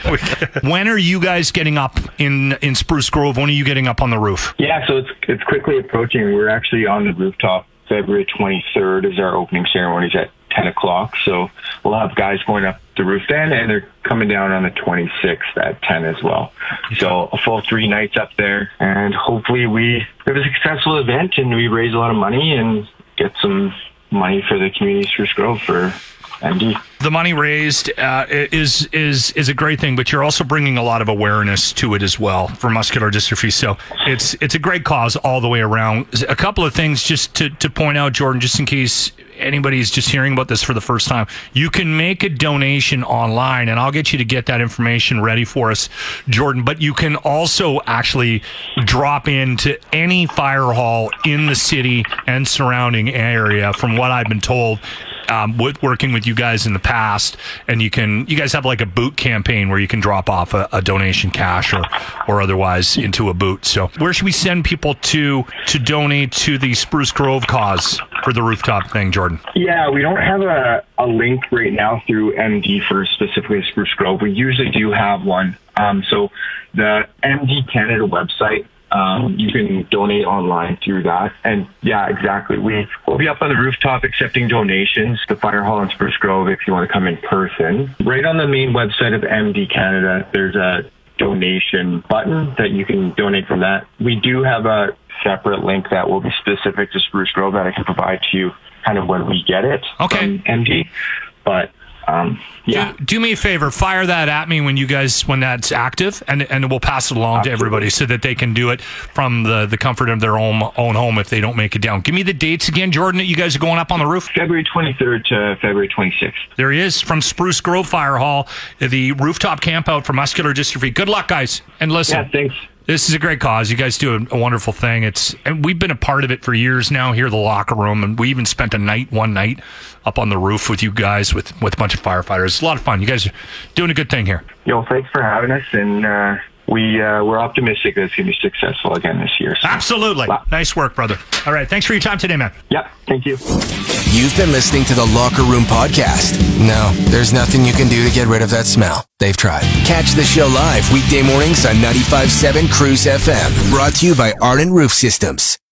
Speaker 7: when are you guys getting up in in Spruce Grove? When are you getting up on the roof?
Speaker 13: Yeah, so it's it's quickly approaching. We're actually on the rooftop. February 23rd is our opening ceremonies at 10 o'clock. So we'll have guys going up the roof then, and they're coming down on the 26th at 10 as well. So a full three nights up there, and hopefully we have a successful event and we raise a lot of money and get some money for the community Spruce Grove for MD.
Speaker 7: The money raised uh, is is is a great thing, but you're also bringing a lot of awareness to it as well for muscular dystrophy. So it's it's a great cause all the way around. A couple of things just to to point out, Jordan, just in case anybody's just hearing about this for the first time, you can make a donation online, and I'll get you to get that information ready for us, Jordan. But you can also actually drop into any fire hall in the city and surrounding area. From what I've been told um, with working with you guys in the past, and you can you guys have like a boot campaign where you can drop off a, a donation cash or or otherwise into a boot. So where should we send people to to donate to the Spruce Grove cause for the rooftop thing, Jordan?
Speaker 13: Yeah, we don't have a, a link right now through MD for specifically Spruce Grove. We usually do have one. Um, so the MD Canada website, um, you can donate online through that. And yeah, exactly. We will be up on the rooftop accepting donations to Fire Hall in Spruce Grove if you want to come in person. Right on the main website of MD Canada, there's a donation button that you can donate from that. We do have a separate link that will be specific to Spruce Grove that I can provide to you kind of when we get it. Okay. From MD. But um, yeah.
Speaker 7: Do, do me a favor, fire that at me when you guys when that's active, and and we'll pass it along to everybody so that they can do it from the the comfort of their own own home if they don't make it down. Give me the dates again, Jordan. That you guys are going up on the roof.
Speaker 13: February 23rd to February 26th.
Speaker 7: There he is from Spruce Grove Fire Hall, the rooftop campout for muscular dystrophy. Good luck, guys, and listen.
Speaker 13: Yeah, thanks.
Speaker 7: This is a great cause. You guys do a, a wonderful thing. It's and we've been a part of it for years now here in the locker room, and we even spent a night one night up on the roof with you guys with with a bunch of firefighters. It's a lot of fun. You guys are doing a good thing here.
Speaker 13: Yo, thanks for having us, and uh, we uh, we're optimistic that it's going to be successful again this year. So.
Speaker 7: Absolutely. Nice work, brother. All right. Thanks for your time today, man.
Speaker 13: Yeah. Thank you.
Speaker 14: You've been listening to the Locker Room Podcast. No, there's nothing you can do to get rid of that smell. They've tried. Catch the show live weekday mornings on 95.7 Cruise FM. Brought to you by Arden Roof Systems.